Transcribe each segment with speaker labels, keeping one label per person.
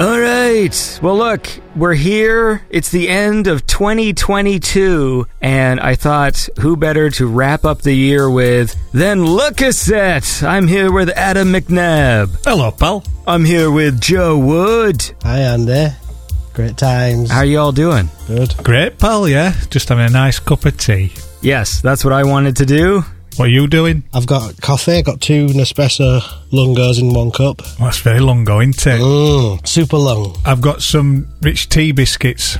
Speaker 1: All right. Well, look, we're here. It's the end of 2022, and I thought, who better to wrap up the year with than Lucasette? I'm here with Adam McNabb.
Speaker 2: Hello, pal.
Speaker 1: I'm here with Joe Wood.
Speaker 3: Hi Andy. Great times.
Speaker 1: How are y'all doing?
Speaker 3: Good.
Speaker 2: Great, pal, yeah. Just having a nice cup of tea.
Speaker 1: Yes, that's what I wanted to do.
Speaker 2: What are you doing?
Speaker 3: I've got coffee. I've got two Nespresso lungos in one cup.
Speaker 2: Well, that's very long going, is
Speaker 3: Mmm. Super long.
Speaker 2: I've got some rich tea biscuits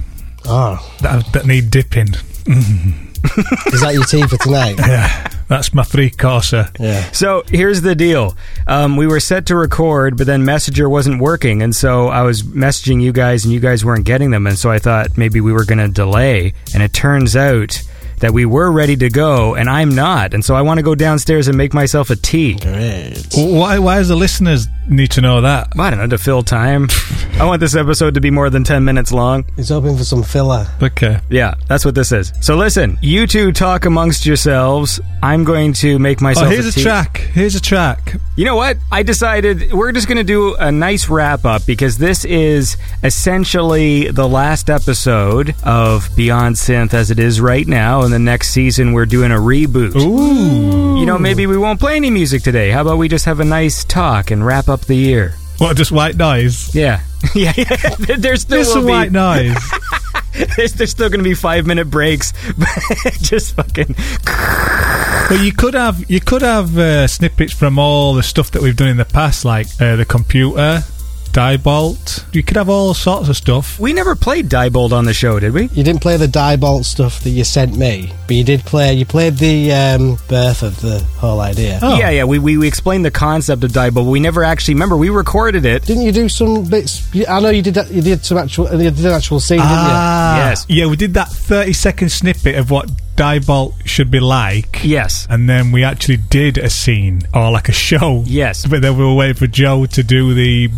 Speaker 3: Ah.
Speaker 2: that, that need dipping.
Speaker 3: Is that your tea for tonight?
Speaker 2: Yeah, that's my three courser.
Speaker 3: Yeah.
Speaker 1: So here's the deal. Um, we were set to record, but then Messenger wasn't working. And so I was messaging you guys, and you guys weren't getting them. And so I thought maybe we were going to delay. And it turns out that we were ready to go, and I'm not. And so I want to go downstairs and make myself a tea.
Speaker 3: Great.
Speaker 2: Why, why does the listeners need to know that?
Speaker 1: I don't know, to fill time. I want this episode to be more than 10 minutes long.
Speaker 3: He's hoping for some filler.
Speaker 2: Okay.
Speaker 1: Yeah, that's what this is. So listen, you two talk amongst yourselves. I'm going to make myself
Speaker 2: Oh, here's
Speaker 1: a
Speaker 2: a
Speaker 1: tea.
Speaker 2: track. Here's a track.
Speaker 1: You know what? I decided we're just going to do a nice wrap up because this is essentially the last episode of Beyond Synth as it is right now. And the next season, we're doing a reboot.
Speaker 2: Ooh.
Speaker 1: You know, maybe we won't play any music today. How about we just have a nice talk and wrap up the year?
Speaker 2: What, just white noise?
Speaker 1: Yeah. yeah. yeah. There's still,
Speaker 2: Just some
Speaker 1: will be-
Speaker 2: white noise.
Speaker 1: there's, there's still going to be five minute breaks. just fucking.
Speaker 2: Well, you could have you could have uh, snippets from all the stuff that we've done in the past, like uh, the computer, Diebolt. You could have all sorts of stuff.
Speaker 1: We never played Diebold on the show, did we?
Speaker 3: You didn't play the Diebolt stuff that you sent me, but you did play. You played the um, birth of the whole idea.
Speaker 2: Oh.
Speaker 1: Yeah, yeah. We, we, we explained the concept of Diebold. but We never actually. Remember, we recorded it.
Speaker 3: Didn't you do some bits? you- I know you did. That, you did some actual. You did an actual scene,
Speaker 2: Ah,
Speaker 1: Yes.
Speaker 2: Yeah, we did that 30 second snippet of what Diebolt should be like.
Speaker 1: Yes.
Speaker 2: And then we actually did a scene or like a show.
Speaker 1: Yes.
Speaker 2: But then we were waiting for Joe to do the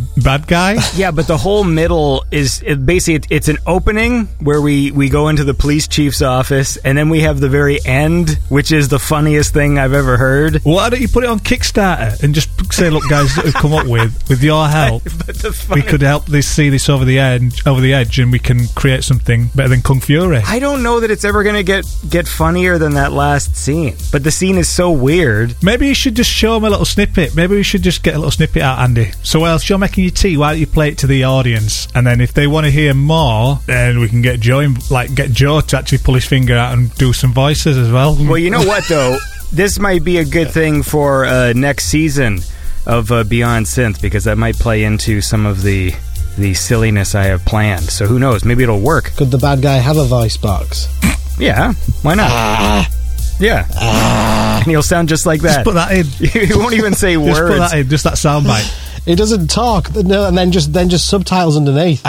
Speaker 2: bad guy.
Speaker 1: Yeah, but the whole middle is it, basically it, it's an opening where we we go into the police chief's office, and then we have the very end, which is the funniest thing I've ever heard.
Speaker 2: Why don't you put it on Kickstarter and just say, look, guys, what we've come up with, with your help,
Speaker 1: But the
Speaker 2: we
Speaker 1: funny,
Speaker 2: could help this see this over the edge, over the edge, and we can create something better than Kung Fury.
Speaker 1: I don't know that it's ever gonna get get funnier than that last scene. But the scene is so weird.
Speaker 2: Maybe you should just show them a little snippet. Maybe we should just get a little snippet out, Andy. So whilst you're making your tea, why don't you play it to the audience? And then if they want to hear more, then we can get Joe, in, like get Joe to actually pull his finger out and do some voices as well.
Speaker 1: Well, you know what though, this might be a good thing for uh, next season of uh, Beyond Synth because that might play into some of the the silliness I have planned. So who knows? Maybe it'll work.
Speaker 3: Could the bad guy have a voice box?
Speaker 1: Yeah, why not? yeah. and he'll sound just like that.
Speaker 2: Ah. Just put that in.
Speaker 1: he won't even say
Speaker 2: Just put
Speaker 1: words.
Speaker 2: that in. Just that soundbite.
Speaker 3: He doesn't talk. No, and then just then just subtitles underneath.
Speaker 2: could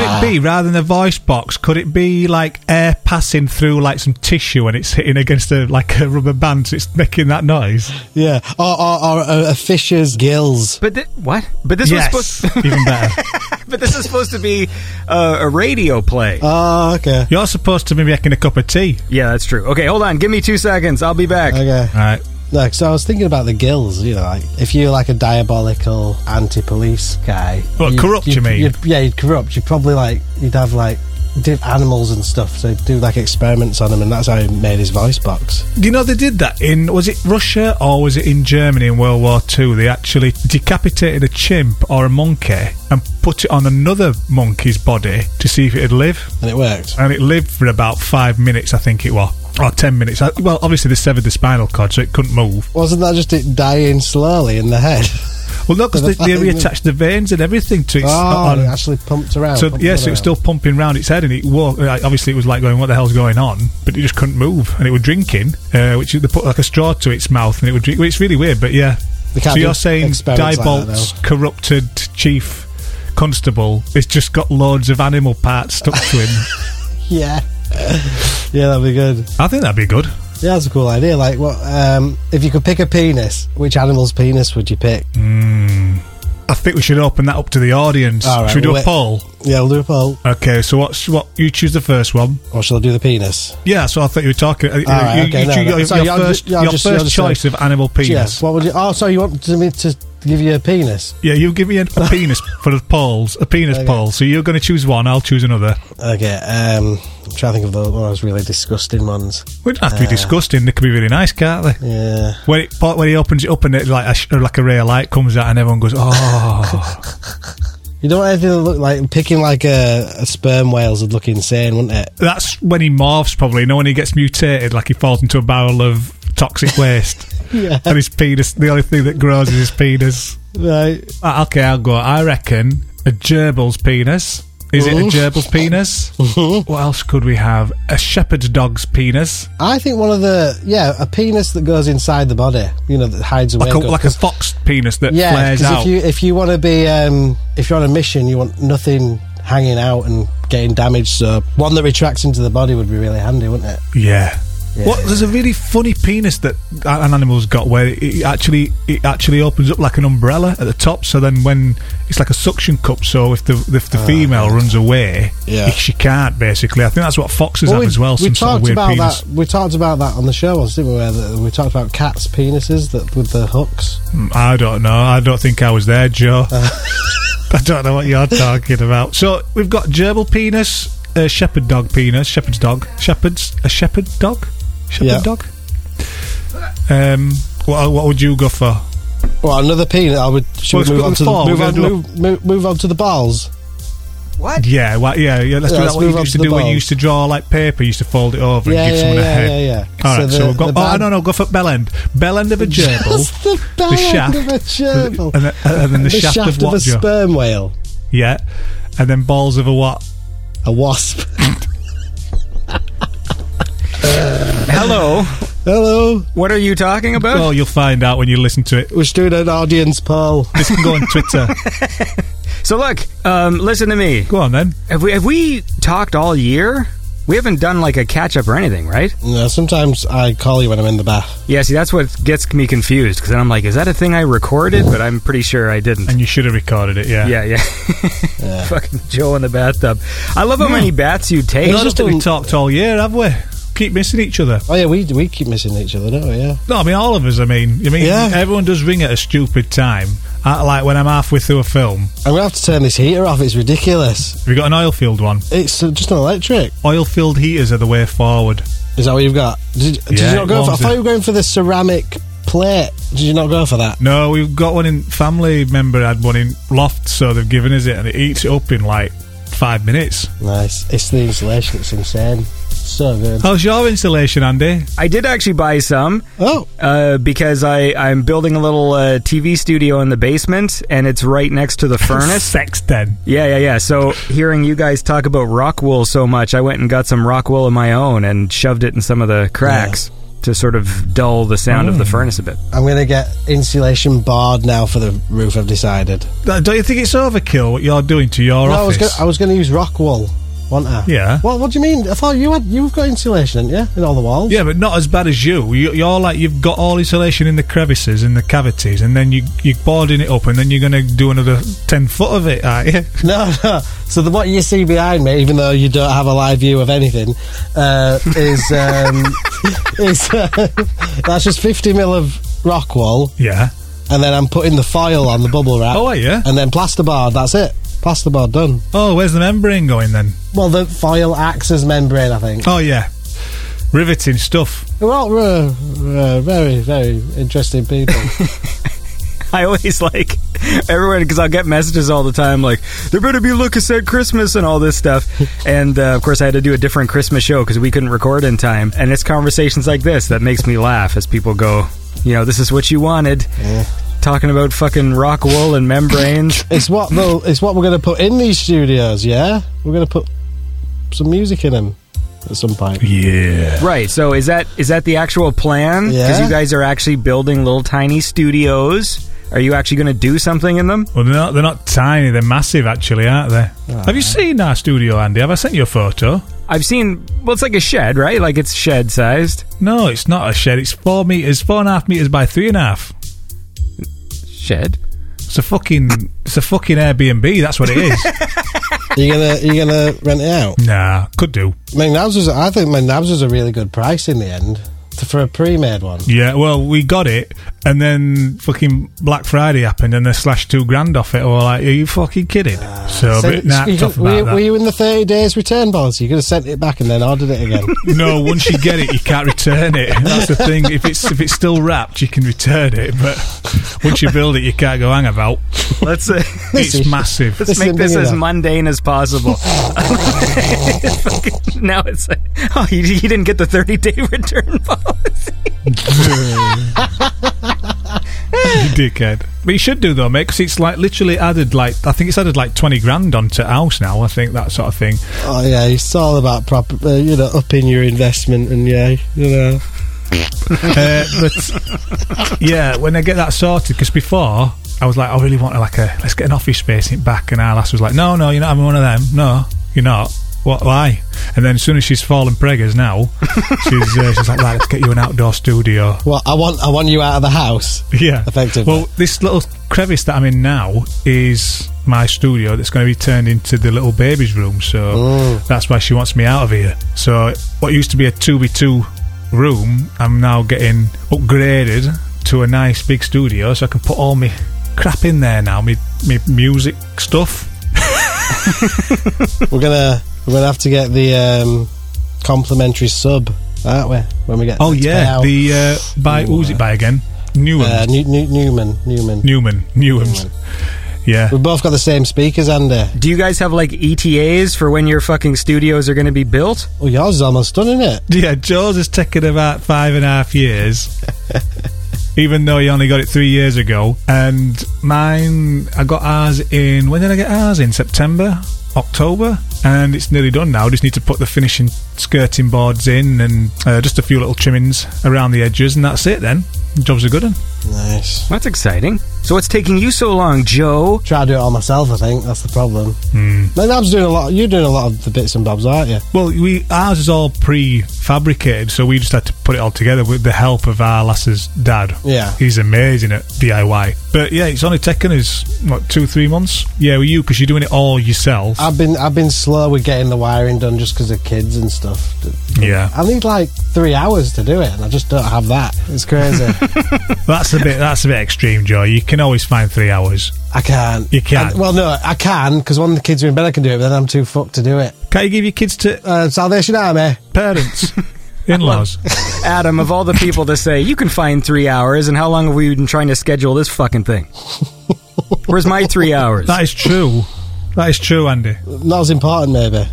Speaker 2: it
Speaker 1: Ah.
Speaker 2: be rather than a voice box? Could it be like air passing through like some tissue and it's hitting against a like a rubber band, so it's making that noise?
Speaker 3: Yeah, or, or, or uh, a, a fish's gills.
Speaker 1: But thi- what? But this was
Speaker 2: yes,
Speaker 1: supposed.
Speaker 2: even better.
Speaker 1: but this is supposed to be uh, a radio play.
Speaker 3: Oh, okay.
Speaker 2: You're supposed to be making a cup of tea.
Speaker 1: yeah, that's true. Okay, hold on. Give me two seconds. I'll be back.
Speaker 3: Okay.
Speaker 2: All right.
Speaker 3: Look, so I was thinking about the gills, you know, like if you're like a diabolical anti police guy.
Speaker 2: Well,
Speaker 3: you'd-
Speaker 2: corrupt,
Speaker 3: you'd-
Speaker 2: you mean?
Speaker 3: you'd- yeah, you'd corrupt. You'd probably like, you'd have like dip animals and stuff. So he'd do like experiments on them, and that's how he made his voice box.
Speaker 2: You know they did that in was it Russia or was it in Germany in World War Two? They actually decapitated a chimp or a monkey and put it on another monkey's body to see if it'd live,
Speaker 3: And it worked.
Speaker 2: and it lived for about five minutes, I think it was, or ten minutes. I- Well, obviously they severed the spinal cord, so it couldn't move.
Speaker 3: Wasn't that just it dying slowly in the head?
Speaker 2: Well, no, because
Speaker 3: So
Speaker 2: they,
Speaker 3: the
Speaker 2: they reattached
Speaker 3: fact that you-
Speaker 2: the veins and everything to its.
Speaker 3: Oh,
Speaker 2: on-
Speaker 3: it actually pumped around.
Speaker 2: so
Speaker 3: pumped
Speaker 2: yeah, so it was
Speaker 3: around.
Speaker 2: still pumping round its head, and it walked. Like, obviously, it was like going, "What the hell's going on?" But it just couldn't move, and it was drinking, uh, which they put like a straw to its mouth, and it would drink. Well, it's really weird, but yeah.
Speaker 3: They
Speaker 2: So
Speaker 3: can't
Speaker 2: you're
Speaker 3: do
Speaker 2: saying
Speaker 3: experiments like that,
Speaker 2: Dibolt's corrupted chief constable? It's just got loads of animal parts stuck to him.
Speaker 3: Yeah. yeah, that'd be good.
Speaker 2: I think that'd be good.
Speaker 3: Yeah, that's a cool idea. Like, what um, if you could pick a penis? Which animal's penis would you pick?
Speaker 2: Mm. I think we should open that up to the audience.
Speaker 3: All right,
Speaker 2: should we do
Speaker 3: well,
Speaker 2: a
Speaker 3: it-
Speaker 2: poll?
Speaker 3: Yeah, we'll do a poll.
Speaker 2: Okay, so what's what? You choose the first one.
Speaker 3: Or shall I do the penis?
Speaker 2: Yeah, so I thought you were talking. uh,
Speaker 3: right,
Speaker 2: you,
Speaker 3: okay,
Speaker 2: you,
Speaker 3: no,
Speaker 2: you-
Speaker 3: no.
Speaker 2: your,
Speaker 3: So
Speaker 2: your
Speaker 3: you're
Speaker 2: first,
Speaker 3: just- you're
Speaker 2: your
Speaker 3: just-
Speaker 2: first
Speaker 3: you're just
Speaker 2: choice of animal penis.
Speaker 3: Yes. What would you? Oh, so you want me to give you a penis?
Speaker 2: Yeah, you give me a, a penis for the polls, a penis
Speaker 3: Okay.
Speaker 2: poll. So you're going to choose one, I'll choose another.
Speaker 3: Okay. Um, I'm trying to think of the those really disgusting ones.
Speaker 2: We don't have to be
Speaker 3: Uh.
Speaker 2: disgusting. They could be really nice, can't they?
Speaker 3: Yeah.
Speaker 2: When, it, po- when he opens it up and it, like a, sh- like a ray of light comes out and everyone goes, oh,
Speaker 3: You don't want anything to look like picking like a, a sperm whales would look insane, wouldn't it?
Speaker 2: that's when he morphs probably. You know when he gets mutated, like he falls into a barrel of toxic waste.
Speaker 3: Yeah.
Speaker 2: and his penis, the only thing that grows is his penis.
Speaker 3: Right.
Speaker 2: Uh, Okay, I'll go. I reckon a gerbil's penis. Is it a
Speaker 3: Oof.
Speaker 2: gerbil's penis? what else could we have? A shepherd's dog's penis,
Speaker 3: I think one of the yeah a penis that goes inside the body. You know that hides away.
Speaker 2: like a,
Speaker 3: goes-
Speaker 2: like a fox penis that
Speaker 3: yeah.
Speaker 2: flares
Speaker 3: Because
Speaker 2: out.
Speaker 3: if you if you want to be um, if you're on a mission, you want nothing hanging out and getting damaged. So one that retracts into the body would be really handy, wouldn't it?
Speaker 2: yeah.
Speaker 3: Yeah.
Speaker 2: What there's a really funny penis that a- an animal's got where it actually it actually opens up like an umbrella at the top. So then when it's like a suction cup, so if the if the female runs away,
Speaker 3: Ah, Yeah.
Speaker 2: she can't basically. I think that's what foxes
Speaker 3: we,
Speaker 2: have as well.
Speaker 3: we
Speaker 2: Some sort of
Speaker 3: talked
Speaker 2: weird
Speaker 3: about
Speaker 2: penis.
Speaker 3: that. We talked about that on the show once, didn't we? Where the, we talked about cats' penises that with the hooks.
Speaker 2: Mm, I don't know. I don't think I was there, Joe.
Speaker 3: Uh.
Speaker 2: I don't know what you're talking about. So we've got gerbil penis, uh, shepherd dog penis, shepherd's dog, shepherd's a shepherd dog, shepherd
Speaker 3: Yeah.
Speaker 2: dog. Um, what, what would you go for?
Speaker 3: Well, another penis. I would. Should
Speaker 2: Well, it's
Speaker 3: we move
Speaker 2: got
Speaker 3: on
Speaker 2: the
Speaker 3: to the,
Speaker 2: four,
Speaker 3: move,
Speaker 2: we're
Speaker 3: on,
Speaker 2: gonna do
Speaker 3: move, move, move on to the balls?
Speaker 2: Yeah, wha- yeah, yeah. Let's do
Speaker 3: Yeah,
Speaker 2: that.
Speaker 3: let's
Speaker 2: What
Speaker 3: move
Speaker 2: you
Speaker 3: on
Speaker 2: used to
Speaker 3: to the
Speaker 2: do when you
Speaker 3: balls.
Speaker 2: used to draw like paper, you used to fold it over
Speaker 3: Yeah,
Speaker 2: and give
Speaker 3: yeah,
Speaker 2: someone a
Speaker 3: yeah,
Speaker 2: head.
Speaker 3: yeah, yeah.
Speaker 2: All
Speaker 3: So
Speaker 2: right, so,
Speaker 3: the-
Speaker 2: we've got.
Speaker 3: the
Speaker 2: oh,
Speaker 3: band-
Speaker 2: no, no, go for bell end. Bell end of a
Speaker 3: Just
Speaker 2: gerbil.
Speaker 3: the bell
Speaker 2: shaft.
Speaker 3: end of a gerbil.
Speaker 2: and, then, and then the, shaft, of
Speaker 3: a
Speaker 2: what, Joe?
Speaker 3: sperm whale,
Speaker 2: Yeah. And then balls of a what?
Speaker 3: a wasp.
Speaker 1: Hello.
Speaker 3: Hello,
Speaker 1: What are you talking about?
Speaker 2: Well, you'll find out when you listen to it.
Speaker 3: we're just doing an audience poll.
Speaker 2: This can go on Twitter.
Speaker 1: so look, um, listen to me.
Speaker 2: Go on then.
Speaker 1: Have we have we talked all year? We haven't done like a catch up or anything, right?
Speaker 3: No, sometimes I call you when I'm in the bath.
Speaker 1: Yeah. See, that's what gets me confused because I'm like, is that a thing I recorded? But I'm pretty sure I didn't.
Speaker 2: And you should have recorded it, yeah.
Speaker 1: Yeah, yeah.
Speaker 3: Yeah.
Speaker 1: Fucking Joe in the bathtub. I love how many baths you take.
Speaker 3: It's
Speaker 2: Not
Speaker 3: just
Speaker 2: that
Speaker 3: a-
Speaker 2: we talked all year, have we? Keep missing each other.
Speaker 3: Oh yeah, we we keep missing each other, don't we? Yeah.
Speaker 2: No, I mean all of us. I mean, I mean,
Speaker 3: Yeah.
Speaker 2: everyone does ring at a stupid time. I, like when I'm halfway through a film.
Speaker 3: I'm gonna have to turn this heater off. It's ridiculous.
Speaker 2: Have you got an oil field one?
Speaker 3: It's uh, just an electric.
Speaker 2: Oil filled heaters are the way forward.
Speaker 3: Is that what you've got? Did, did
Speaker 2: Yeah,
Speaker 3: you not
Speaker 2: it
Speaker 3: go for? I
Speaker 2: warms
Speaker 3: thought
Speaker 2: it.
Speaker 3: you were going for the ceramic plate. Did you not go for that?
Speaker 2: No, we've got one in family member had one in loft, so they've given us it, and it eats it up in like five minutes.
Speaker 3: Nice. It's the insulation. It's insane. So good.
Speaker 2: How's your insulation, Andy?
Speaker 1: I did actually buy some.
Speaker 3: Oh,
Speaker 1: Uh, because I, I'm building a little uh, TV studio in the basement and it's right next to the furnace.
Speaker 2: Sex den.
Speaker 1: Yeah, yeah, yeah. So hearing you guys talk about rock wool so much, I went and got some rock wool of my own and shoved it in some of the cracks to sort of dull the sound
Speaker 3: Oh.
Speaker 1: of the furnace a bit.
Speaker 3: I'm gonna get insulation barred now for the roof. I've decided.
Speaker 2: Uh, Don't you think it's overkill what you're doing to your
Speaker 3: No, I was
Speaker 2: office?
Speaker 3: gonna, I was going to use rock wool, wasn't I?
Speaker 2: Yeah.
Speaker 3: Well, what do you mean? I thought you had you've got insulation, haven't you, in all the walls?
Speaker 2: Yeah, but not as bad as you. you. You're like you've got all insulation in the crevices and the cavities, and then you you're boarding it up, and then you're going to do another ten foot of it, aren't you?
Speaker 3: No, no. So the, what you see behind me, even though you don't have a live view of anything, uh, is um, is uh, that's just 50 mil of rock wool,
Speaker 2: Yeah.
Speaker 3: and then I'm putting the foil on the bubble wrap.
Speaker 2: Oh, are you?
Speaker 3: And then plasterboard. That's it. Plasterboard done.
Speaker 2: Oh, where's the membrane going then?
Speaker 3: Well, the foil acts as membrane, I think.
Speaker 2: Oh yeah, riveting stuff.
Speaker 3: We're all uh, uh, very, very interesting people.
Speaker 1: I always like everyone because I'll get messages all the time like there better be Lucas at Christmas and all this stuff. and uh, of course, I had to do a different Christmas show because we couldn't record in time. And it's conversations like this that makes me laugh as people go, you know, this is what you wanted. talking about fucking rock wool and membranes.
Speaker 3: It's what though. It's what we're going to put in these studios. Yeah, we're going to put some music in them at some point.
Speaker 2: Yeah.
Speaker 1: right. So is that is that the actual plan?
Speaker 3: Yeah.
Speaker 1: you guys are actually building little tiny studios. Are you actually going to do something in them?
Speaker 2: Well, they're not, they're not tiny. They're massive, actually, aren't they? Have you seen our studio, Andy? Have I sent you a photo?
Speaker 1: I've seen. Well, it's like a shed, right? Like it's shed sized.
Speaker 2: No, it's not a shed. It's four meters, four and a half meters by three and a half.
Speaker 1: Shed.
Speaker 2: It's a fucking, it's a fucking Airbnb. That's what it is.
Speaker 3: You're gonna you're gonna rent it out.
Speaker 2: nah, could do.
Speaker 3: McNabs was. I think McNabs was a really good price in the end t- for a pre-made one.
Speaker 2: Yeah, well, we got it, and then fucking Black Friday happened, and they slashed two grand off it. Or like, are you fucking kidding? so,
Speaker 3: So
Speaker 2: but nah,
Speaker 3: you-
Speaker 2: tough
Speaker 3: were,
Speaker 2: about
Speaker 3: you-
Speaker 2: that.
Speaker 3: were you in the thirty days return policy? You could have sent it back and then ordered it again.
Speaker 2: no, once you get it, you can't return it. That's the thing. If it's if it's still wrapped, you can return it, but once you build it, you can't go hang about.
Speaker 1: Let's uh,
Speaker 2: It's massive.
Speaker 1: let's
Speaker 3: This
Speaker 1: make
Speaker 3: is
Speaker 1: this
Speaker 3: big
Speaker 1: as
Speaker 3: enough.
Speaker 1: mundane as possible. Fucking- now it's like, oh, you, you didn't get the thirty day return policy.
Speaker 2: You dickhead. But you should do though, mate, because it's like literally added like I think it's added like twenty grand onto house now. I think that sort of thing.
Speaker 3: oh yeah, it's all about proper. Uh, you know, upping your investment and yeah, you know.
Speaker 2: Uh, but yeah, when I get that sorted, because before I was like, I really want to like a let's get an office space in back, and our lass was like, No, no, you're not having one of them. No, you're not. What? Why? And then as soon as she's fallen preggers now, she's uh, she's like, right, let's get you an outdoor studio.
Speaker 3: Well, I want I want you out of the house.
Speaker 2: Yeah.
Speaker 3: Effectively.
Speaker 2: Well, this little crevice that I'm in now is my studio that's going to be turned into the little baby's room. So that's why she wants me out of here. So what used to be a 2x2 room, I'm now getting upgraded to a nice big studio so I can put all my crap in there now, my, my music stuff.
Speaker 3: We're gonna we're gonna have to get the um, complimentary sub, aren't we? When we get
Speaker 2: Oh,
Speaker 3: to
Speaker 2: yeah.
Speaker 3: town.
Speaker 2: The, uh, by, who's it by again? Newham.
Speaker 3: uh, New, New, Newman Newman.
Speaker 2: Newman. Newham's. Yeah.
Speaker 3: We've both got the same speakers, Andy.
Speaker 1: Do you guys have like ETAs for when your fucking studios are going to be built?
Speaker 3: Oh, yours is almost done, isn't it?
Speaker 2: Yeah, Jaws has taken about five and a half years. Even though he only got it three years ago. And mine, I got ours in, when did I get ours? In September? October? And it's nearly done now. Just need to put the finishing skirting boards in and uh, just a few little trimmings around the edges, and that's it then. Job's a good one.
Speaker 3: Nice.
Speaker 1: That's exciting. So what's taking you so long, Joe?
Speaker 3: Try to do it all myself. I think that's the problem. Mm. Ab's doing a lot. You're doing a lot of the bits and bobs, aren't you?
Speaker 2: Well, we ours is all pre-fabricated, so we just had to put it all together with the help of our lass's dad.
Speaker 3: Yeah.
Speaker 2: he's amazing at DIY. But yeah, it's only taken us what two, three months. Yeah, with you because you're doing it all yourself.
Speaker 3: I've been I've been slow with getting the wiring done just because of kids and stuff.
Speaker 2: yeah,
Speaker 3: I need like three hours to do it, and I just don't have that. It's crazy.
Speaker 2: that's a bit that's a bit extreme, Joe. You can always find three hours.
Speaker 3: I can't.
Speaker 2: You can't.
Speaker 3: I- well, no, I can because one of the kids are in bed, I can do it, but then I'm too fucked to do it.
Speaker 2: Can't you give your kids to
Speaker 3: Uh, Salvation Army.
Speaker 2: parents, in-laws?
Speaker 1: Adam, of all the people to say, you can find three hours, and how long have we been trying to schedule this fucking thing? Where's my three hours?
Speaker 2: that is true. That is true, Andy.
Speaker 3: Not as important, maybe.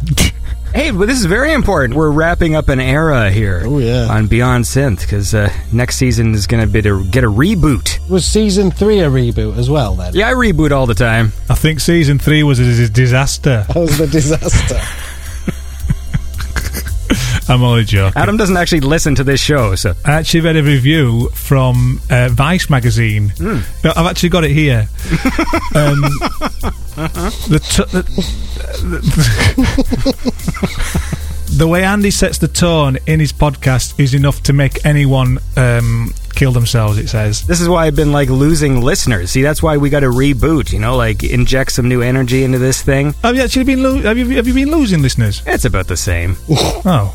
Speaker 1: Hey, but this is very important. We're wrapping up an era here
Speaker 3: Oh, yeah.
Speaker 1: on Beyond Synth because uh, next season is going to be to get a reboot.
Speaker 3: Was season three a reboot as well? Then
Speaker 1: Yeah, I reboot all the time.
Speaker 2: I think season three was a dis- disaster.
Speaker 3: that was the disaster.
Speaker 2: I'm only joking.
Speaker 1: Adam doesn't actually listen to this show, so
Speaker 2: I actually read a review from uh, Vice magazine. No, I've actually got it here. um, the, t- the, the, the way Andy sets the tone in his podcast is enough to make anyone um, kill themselves. It says.
Speaker 1: this is why I've been like losing listeners. See, that's why we got to reboot. You know, like inject some new energy into this thing.
Speaker 2: Have you actually been lo- have you have you been losing listeners?
Speaker 1: It's about the same.
Speaker 2: Oh,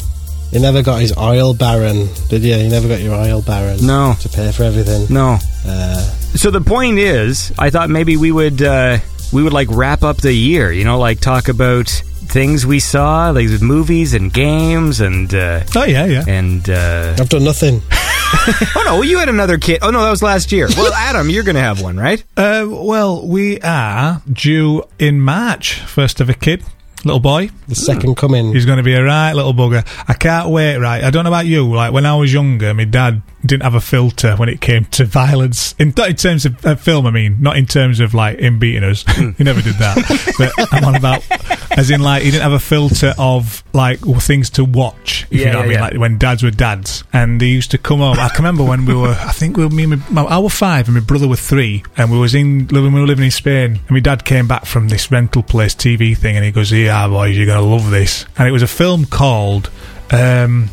Speaker 3: You never got his oil baron, did you? You never got your oil baron.
Speaker 1: No.
Speaker 3: To pay for everything.
Speaker 1: No,
Speaker 3: Uh,
Speaker 1: So the point is, I thought maybe we would uh, we would like wrap up the year, you know, like talk about things we saw, like with movies and games and uh,
Speaker 2: oh yeah, yeah.
Speaker 1: and uh,
Speaker 3: I've done nothing.
Speaker 1: oh no, well, you had another kid. Oh no, that was last year. Well, Adam, you're gonna have one, right?
Speaker 2: Uh, well, we are due in March. First of a kid, little boy.
Speaker 3: The second coming.
Speaker 2: He's going to be a right little bugger. I can't wait, right? I don't know about you. Like, when I was younger, my dad didn't have a filter when it came to violence. In, not in terms of uh, film, I mean, not in terms of like him beating us. he never did that. but I'm on about as in like he didn't have a filter of like w- things to watch. If
Speaker 1: Yeah,
Speaker 2: you know
Speaker 1: yeah,
Speaker 2: what I mean?
Speaker 1: yeah.
Speaker 2: Like when dads were dads, and they used to come home. I can remember when we were, I think we were me, and my, my- I were five, and my brother were three, and we was in living, we were living in Spain, and my dad came back from this rental place TV thing, and he goes, "Yeah, boys, you're gonna love this," and it was a film called. Um,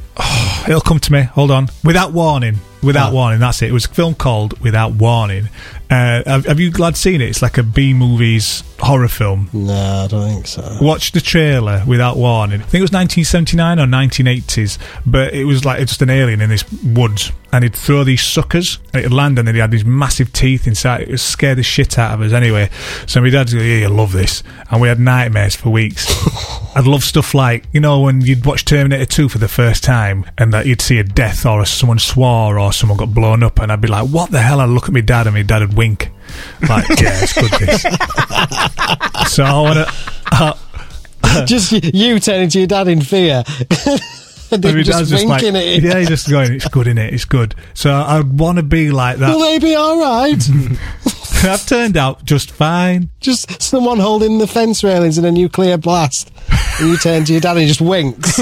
Speaker 2: It'll come to me. Hold on. Without warning.
Speaker 1: Oh.
Speaker 2: Without warning. That's it. It was a film called Without Warning. Uh, have, have you lad seen it? It's like a B movies horror film.
Speaker 3: No, I don't think so.
Speaker 2: Watch the trailer without warning. I think it was 1979 or 1980s, but it was like it's just an alien in this woods, and he'd throw these suckers, and it'd land, and then he had these massive teeth inside. It would scare the shit out of us anyway. So my dad's go, "Yeah, you love this," and we had nightmares for weeks. I'd love stuff like you know when you'd watch Terminator 2 for the first time, and that you'd see a death or someone swore or someone got blown up, and I'd be like, "What the hell?" I'd look at my dad, and my dad would wink, like, "Yeah, it's good this." so I want to.
Speaker 3: just y- you turning to your dad in fear. and
Speaker 2: I
Speaker 3: him
Speaker 2: mean, I was
Speaker 3: just winking
Speaker 2: like,
Speaker 3: at him.
Speaker 2: yeah, he's just going, it's good, in it? It's good. So I'd want to be like
Speaker 3: Will
Speaker 2: that.
Speaker 3: they be all right?
Speaker 2: I've turned out just fine.
Speaker 3: just someone holding the fence railings in a nuclear blast. And you turn to your dad and he just winks.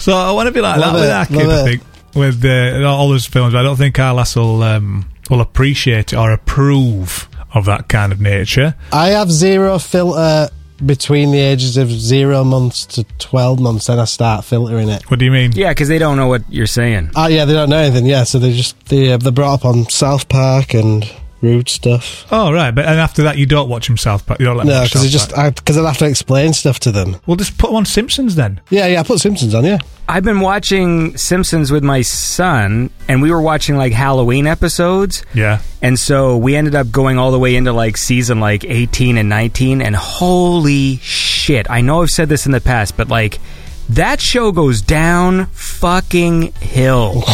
Speaker 2: So I want to be like that
Speaker 3: Love
Speaker 2: with
Speaker 3: it,
Speaker 2: our kid,
Speaker 3: love
Speaker 2: I
Speaker 3: it.
Speaker 2: think, with uh, all those films. I don't think our lass will, um, will appreciate or approve of that kind of nature.
Speaker 3: I have zero filter between the ages of zero months to 12 months, then I start filtering it.
Speaker 2: What do you mean?
Speaker 1: Yeah, because they don't know what you're saying.
Speaker 3: Oh, yeah, they don't know anything, yeah, so they just, they, uh, they're brought up on South Park and rude stuff.
Speaker 2: Oh, right. But and after that, you don't watch him South Park. You don't like
Speaker 3: No,
Speaker 2: watch
Speaker 3: because
Speaker 2: South
Speaker 3: just,
Speaker 2: Park.
Speaker 3: because I'd have to explain stuff to them.
Speaker 2: Well, just put him on Simpsons then.
Speaker 3: Yeah, yeah, I put Simpsons on, yeah.
Speaker 1: I've been watching Simpsons with my son, and we were watching like Halloween episodes.
Speaker 2: Yeah.
Speaker 1: And so we ended up going all the way into like season like 18 and 19 and holy shit. I know I've said this in the past, but like that show goes down fucking hill.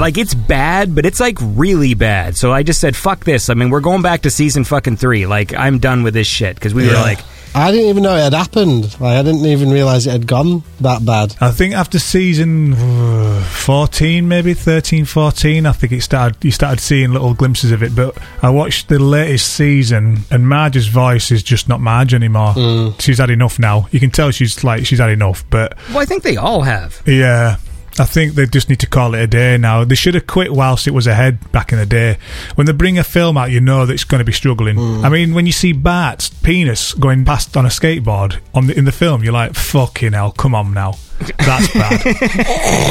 Speaker 1: Like it's bad, but it's like really bad. So I just said fuck this. I mean, we're going back to season fucking 3. Like I'm done with this shit cuz we were
Speaker 3: Yeah.
Speaker 1: like
Speaker 3: I didn't even know it had happened. Like, I didn't even realise it had gone that bad.
Speaker 2: I think after season uh, 14, maybe 13, 14, I think it started. You started seeing little glimpses of it. But I watched the latest season, and Marge's voice is just not Marge anymore. She's had enough now. You can tell she's like she's had enough. But
Speaker 1: well, I think they all have.
Speaker 2: yeah, I think they just need to call it a day now. They should have quit whilst it was ahead back in the day. When they bring a film out, you know that it's going to be struggling. I mean, when you see Bart's penis going past on a skateboard on the, in the film, you're like, fucking hell, come on now. That's bad.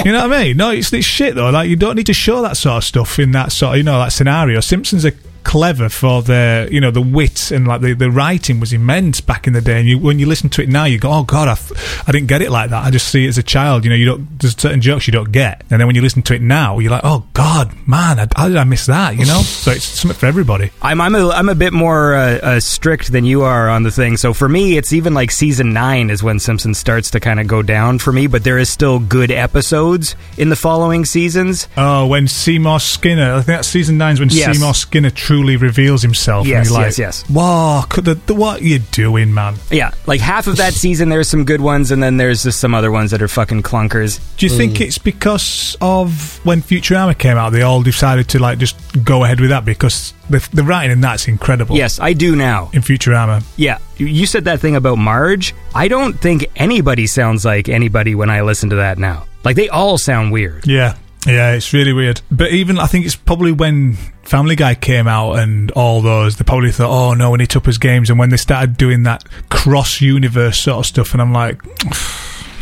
Speaker 2: You know what I mean? No, it's, it's shit though. Like you don't need to show that sort of stuff in that sort of you know that scenario. Simpsons are clever for their you know the wit and like the, the writing was immense back in the day. And you, when you listen to it now, you go, oh god, I, f- I didn't get it like that. I just see it as a child. You know, you don't there's certain jokes you don't get, and then when you listen to it now, you're like, oh god, man, I, how did I miss that? You know, so it's something for everybody.
Speaker 1: I'm I'm a, I'm a bit more uh, uh, strict than you are on the thing. So for me, it's even like season nine is when Simpsons starts to kind of go down for me. But there is still good episodes in the following seasons.
Speaker 2: Oh, when Seymour Skinner, I think that's season nine's when
Speaker 1: Yes.
Speaker 2: Seymour Skinner truly reveals himself.
Speaker 1: Yes,
Speaker 2: and you're
Speaker 1: yes,
Speaker 2: like,
Speaker 1: yes.
Speaker 2: Whoa, could the, the, what you doing, man?
Speaker 1: Yeah, like half of that season, there's some good ones, and then there's just some other ones that are fucking clunkers.
Speaker 2: Do you think it's because of when Futurama came out, they all decided to like just go ahead with that because the, the writing in that's incredible.
Speaker 1: Yes, I do now.
Speaker 2: In Futurama,
Speaker 1: Yeah, you- you said that thing about Marge. I don't think anybody sounds like anybody when I listen to that now. Like they all sound weird.
Speaker 2: yeah, yeah, it's really weird. But even I think it's probably when Family Guy came out and all those, they probably thought, oh no, we need to up his games. And when they started doing that cross universe sort of stuff, and I'm like,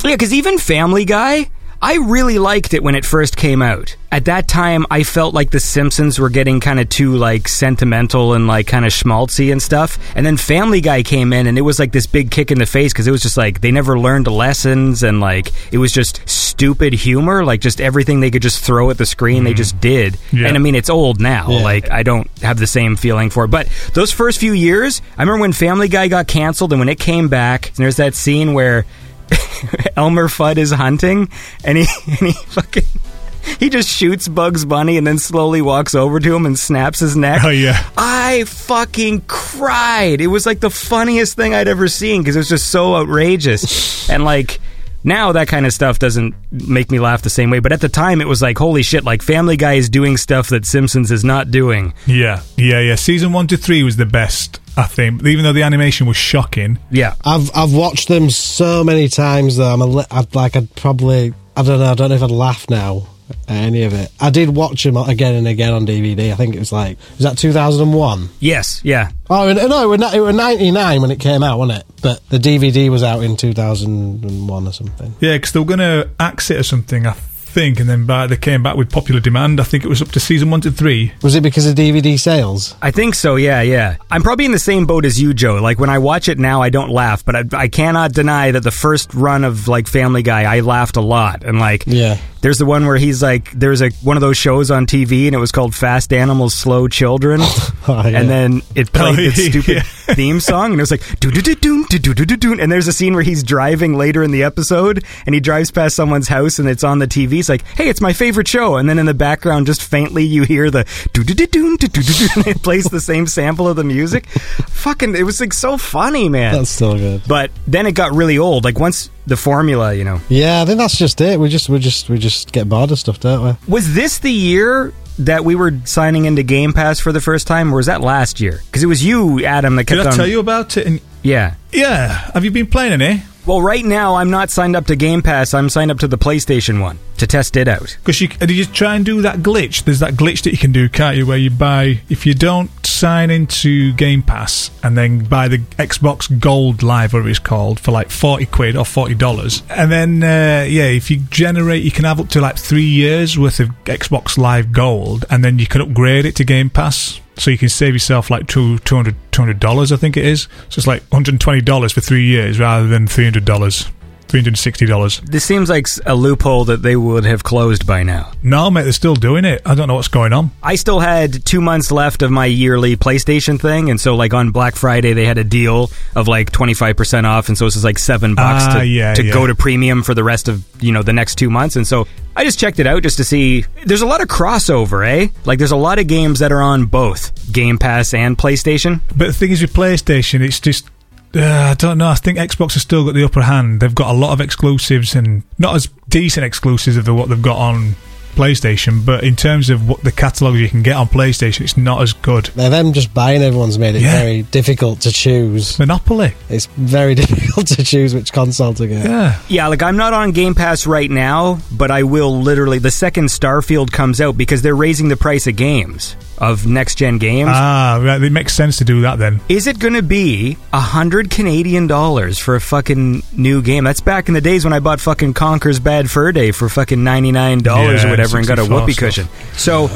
Speaker 1: Yeah, because even Family Guy, I really liked it when it first came out. At that time, I felt like The Simpsons were getting kind of too like sentimental and like kind of schmaltzy and stuff. And then Family Guy came in, and it was like this big kick in the face because it was just like they never learned lessons, and like it was just stupid humor, like just everything they could just throw at the screen, they just did.
Speaker 2: Yeah.
Speaker 1: And I mean, it's old now.
Speaker 3: Yeah.
Speaker 1: Like I don't have the same feeling for it. But those first few years, I remember when Family Guy got canceled, and when it came back, and there's that scene where Elmer Fudd is hunting, and he and he fucking he just shoots Bugs Bunny, and then slowly walks over to him and snaps his neck.
Speaker 2: oh yeah.
Speaker 1: I fucking cried. It was like the funniest thing I'd ever seen because it was just so outrageous and like. Now that kind of stuff doesn't make me laugh the same way, but at the time it was like, holy shit, like Family Guy is doing stuff that Simpsons is not doing.
Speaker 2: Yeah, yeah, yeah. Season one to three was the best, I think. Even though the animation was shocking.
Speaker 1: Yeah.
Speaker 3: I've I've watched them so many times though. I'm a li- I'd, like I'd probably I don't know. I don't know if I'd laugh now at any of it. I did watch them again and again on DVD. I think it was like was that 2001.
Speaker 1: Yes. Yeah.
Speaker 3: Oh and- no, it was, ni- it was 99 when it came out, wasn't it? But the DVD was out in 2001 or something.
Speaker 2: Yeah, because they were going to axe it or something, I think, and then by, they came back with popular demand. I think it was up to season one to three.
Speaker 3: Was it because of DVD sales?
Speaker 1: I think so. Yeah, yeah. I'm probably in the same boat as you, Joe. Like when I watch it now, I don't laugh, but I, I cannot deny that the first run of like Family Guy, I laughed a lot. And like,
Speaker 3: Yeah.
Speaker 1: there's the one where he's like, there's a one of those shows on TV, and it was called Fast Animals, Slow Children,
Speaker 3: yeah.
Speaker 1: and then it played
Speaker 2: Oh,
Speaker 1: this
Speaker 2: yeah.
Speaker 1: stupid theme song, and it was like do do do do do do do do, and there's a scene where he's driving later in the episode, and he drives past someone's house, and it's on the TV. It's like, hey, it's my favorite show, and then in the background, just faintly, you hear the do do do do do do do, and it plays the same sample of the music. Fucking, it was like so funny, man.
Speaker 3: That's still good.
Speaker 1: but then it got really old. Like once the formula, you know,
Speaker 3: Yeah, I think that's just it. We just we just we just get bored of stuff, don't we?
Speaker 1: Was this the year that we were signing into Game Pass for the first time, or was that last year? Because it was you, Adam, that kept
Speaker 2: Did I
Speaker 1: on.
Speaker 2: tell you about it? And
Speaker 1: Yeah.
Speaker 2: yeah, have you been playing any?
Speaker 1: Well, right now I'm not signed up to Game Pass. I'm signed up to the PlayStation one to test it out.
Speaker 2: Because you did you try and do that glitch? There's that glitch that you can do, can't you? Where you buy if you don't sign into Game Pass and then buy the Xbox Gold Live, whatever it's called, for like forty quid or forty dollars, and then uh, yeah, if you generate, you can have up to like three years worth of Xbox Live Gold, and then you can upgrade it to Game Pass. So you can save yourself like two two hundred two hundred dollars, I think it is. So it's like one hundred twenty dollars for three years rather than three hundred dollars, three hundred sixty dollars.
Speaker 1: This seems like s- a loophole that they would have closed by now.
Speaker 2: No, mate, they're still doing it. I don't know what's going on.
Speaker 1: I still had two months left of my yearly PlayStation thing, and so like on Black Friday they had a deal of like twenty five percent off, and so this is like seven bucks
Speaker 2: Ah,
Speaker 1: to,
Speaker 2: yeah,
Speaker 1: to
Speaker 2: yeah.
Speaker 1: go to premium for the rest of you know the next two months, and so I just checked it out just to see. There's a lot of crossover, eh? Like there's a lot of games that are on both Game Pass and PlayStation.
Speaker 2: But the thing is, with PlayStation, it's just. Uh, I don't know. I think Xbox has still got the upper hand. They've got a lot of exclusives and not as decent exclusives of the, what they've got on PlayStation. But in terms of what the catalogue you can get on PlayStation, it's not as good.
Speaker 3: Now, them just buying everyone's made it
Speaker 2: Yeah.
Speaker 3: very difficult to choose.
Speaker 2: Monopoly.
Speaker 3: It's very difficult to choose which console to get.
Speaker 2: Yeah.
Speaker 1: Yeah, like I'm not on Game Pass right now, but I will literally the second Starfield comes out because they're raising the price of games of next gen games.
Speaker 2: Ah, right. It makes sense to do that then.
Speaker 1: Is it going to be a hundred Canadian dollars for a fucking new game? That's back in the days when I bought fucking Conker's Bad Fur Day for fucking ninety nine dollars
Speaker 2: Yeah,
Speaker 1: or whatever, and got a
Speaker 2: 64
Speaker 1: whoopee
Speaker 2: stuff.
Speaker 1: cushion. So,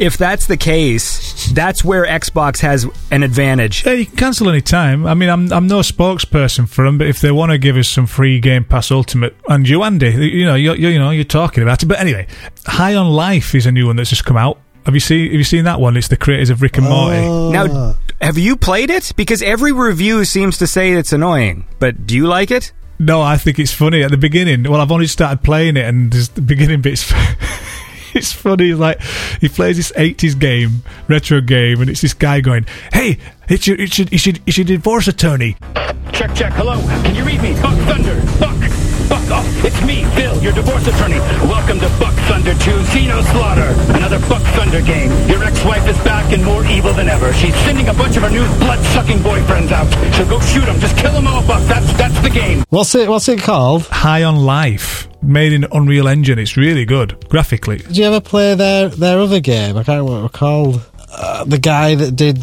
Speaker 1: if that's the case, that's where Xbox has an advantage.
Speaker 2: Yeah, you can cancel any time. I mean, I'm I'm no spokesperson for them, but if they want to give us some free Game Pass Ultimate, and you, Andy, you know, you you know, you're talking about it. But anyway, High on Life is a new one that's just come out. Have you seen Have you seen that one? It's the creators of Rick and Morty.
Speaker 3: Oh.
Speaker 1: Now, have you played it? Because every review seems to say it's annoying. But do you like it?
Speaker 2: No, I think it's funny at the beginning. Well, I've only started playing it, and just the beginning bits. It's funny, like he plays this '80s game, retro game, and it's this guy going, "Hey, it's your, it's your, it's your, it's your divorce attorney.
Speaker 4: Check, check, hello. Can you read me? Buck Thunder. Buck. Buck off. It's me, Bill, your divorce attorney. Welcome to Buck Thunder 2, Zeno Slaughter. Another Buck Thunder game. Your ex-wife is back and more evil than ever. She's sending a bunch of her new blood-sucking boyfriends out. So go shoot them. Just kill them all, Buck. That's, that's the game.
Speaker 3: What's it? What's it called?
Speaker 2: High on Life, made in Unreal Engine. It's really good graphically.
Speaker 3: Did you ever play their their other game? I can't remember what it was called. Uh, the guy that did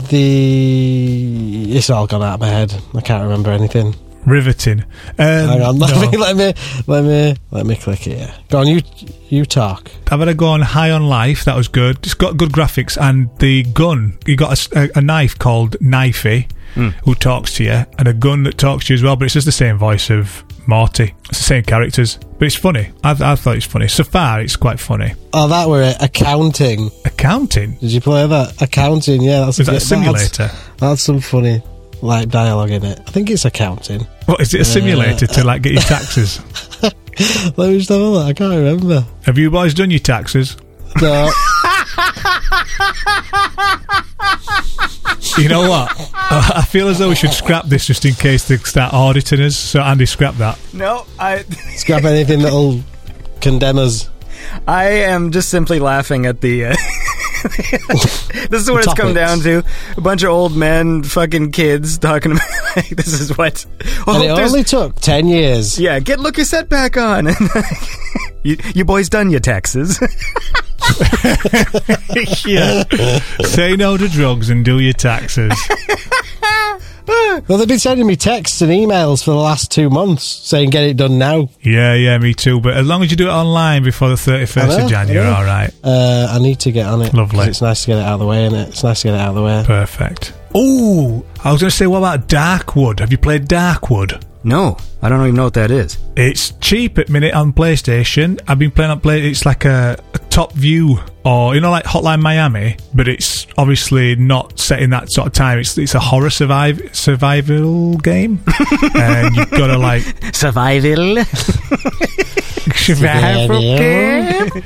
Speaker 3: the it's all gone out of my head. I can't remember anything.
Speaker 2: Riveting. Um,
Speaker 3: Hang on, let
Speaker 2: no.
Speaker 3: me let me let me let me click it. Yeah. Go on, you you talk.
Speaker 2: I've had a go on High on Life. That was good. It's got good graphics and the gun. You got a s- a, a knife called Knifey, who talks to you, and a gun that talks to you as well. But it's just the same voice of Morty. It's the same characters, but it's funny. I've I thought it's funny so far. It's quite funny.
Speaker 3: Oh, that were it. Accounting.
Speaker 2: Accounting.
Speaker 3: Did you play that? Accounting. Yeah, that's
Speaker 2: Is that a
Speaker 3: good-
Speaker 2: simulator?
Speaker 3: That's, that's some funny like dialogue in it. I think it's accounting.
Speaker 2: What is it? A simulator to like get your taxes?
Speaker 3: Let me just have a look. I can't remember.
Speaker 2: Have you boys done your taxes?
Speaker 3: No.
Speaker 2: You know what? I feel as though we should scrap this just in case they start auditing us. So Andy, scrap that.
Speaker 1: No, I
Speaker 3: Scrap anything that'll condemn us.
Speaker 1: I am just simply laughing at the. Uh, this is what it's come
Speaker 3: topics.
Speaker 1: down to: a bunch of old men, fucking kids, talking about like, this is what. Oh,
Speaker 3: And it
Speaker 1: there's-
Speaker 3: only took 10 years.
Speaker 1: yeah, get look your set back on. you, you boys done your taxes.
Speaker 2: yeah. Say no to drugs and do your taxes.
Speaker 3: Well, they've been sending me texts and emails for the last two months saying get it done now.
Speaker 2: Yeah, yeah, me too. But as long as you do it online before the thirty first
Speaker 3: I know,
Speaker 2: of January, you're
Speaker 3: yeah.
Speaker 2: all right.
Speaker 3: Uh, I need to get on it. 'cause
Speaker 2: Lovely.
Speaker 3: It's nice to get it out of the way, and It's nice to get it out of the way.
Speaker 2: Perfect. Oh, I was going to say, what about Darkwood? Have you played Darkwood?
Speaker 1: no, I don't even know what that is.
Speaker 2: It's cheap at minute on PlayStation. I've been playing on play. It's like a, a top view, or you know, like Hotline Miami, but it's obviously not set in that sort of time. It's it's a horror survive survival game, and you've got to like
Speaker 1: Survival.
Speaker 2: survival game.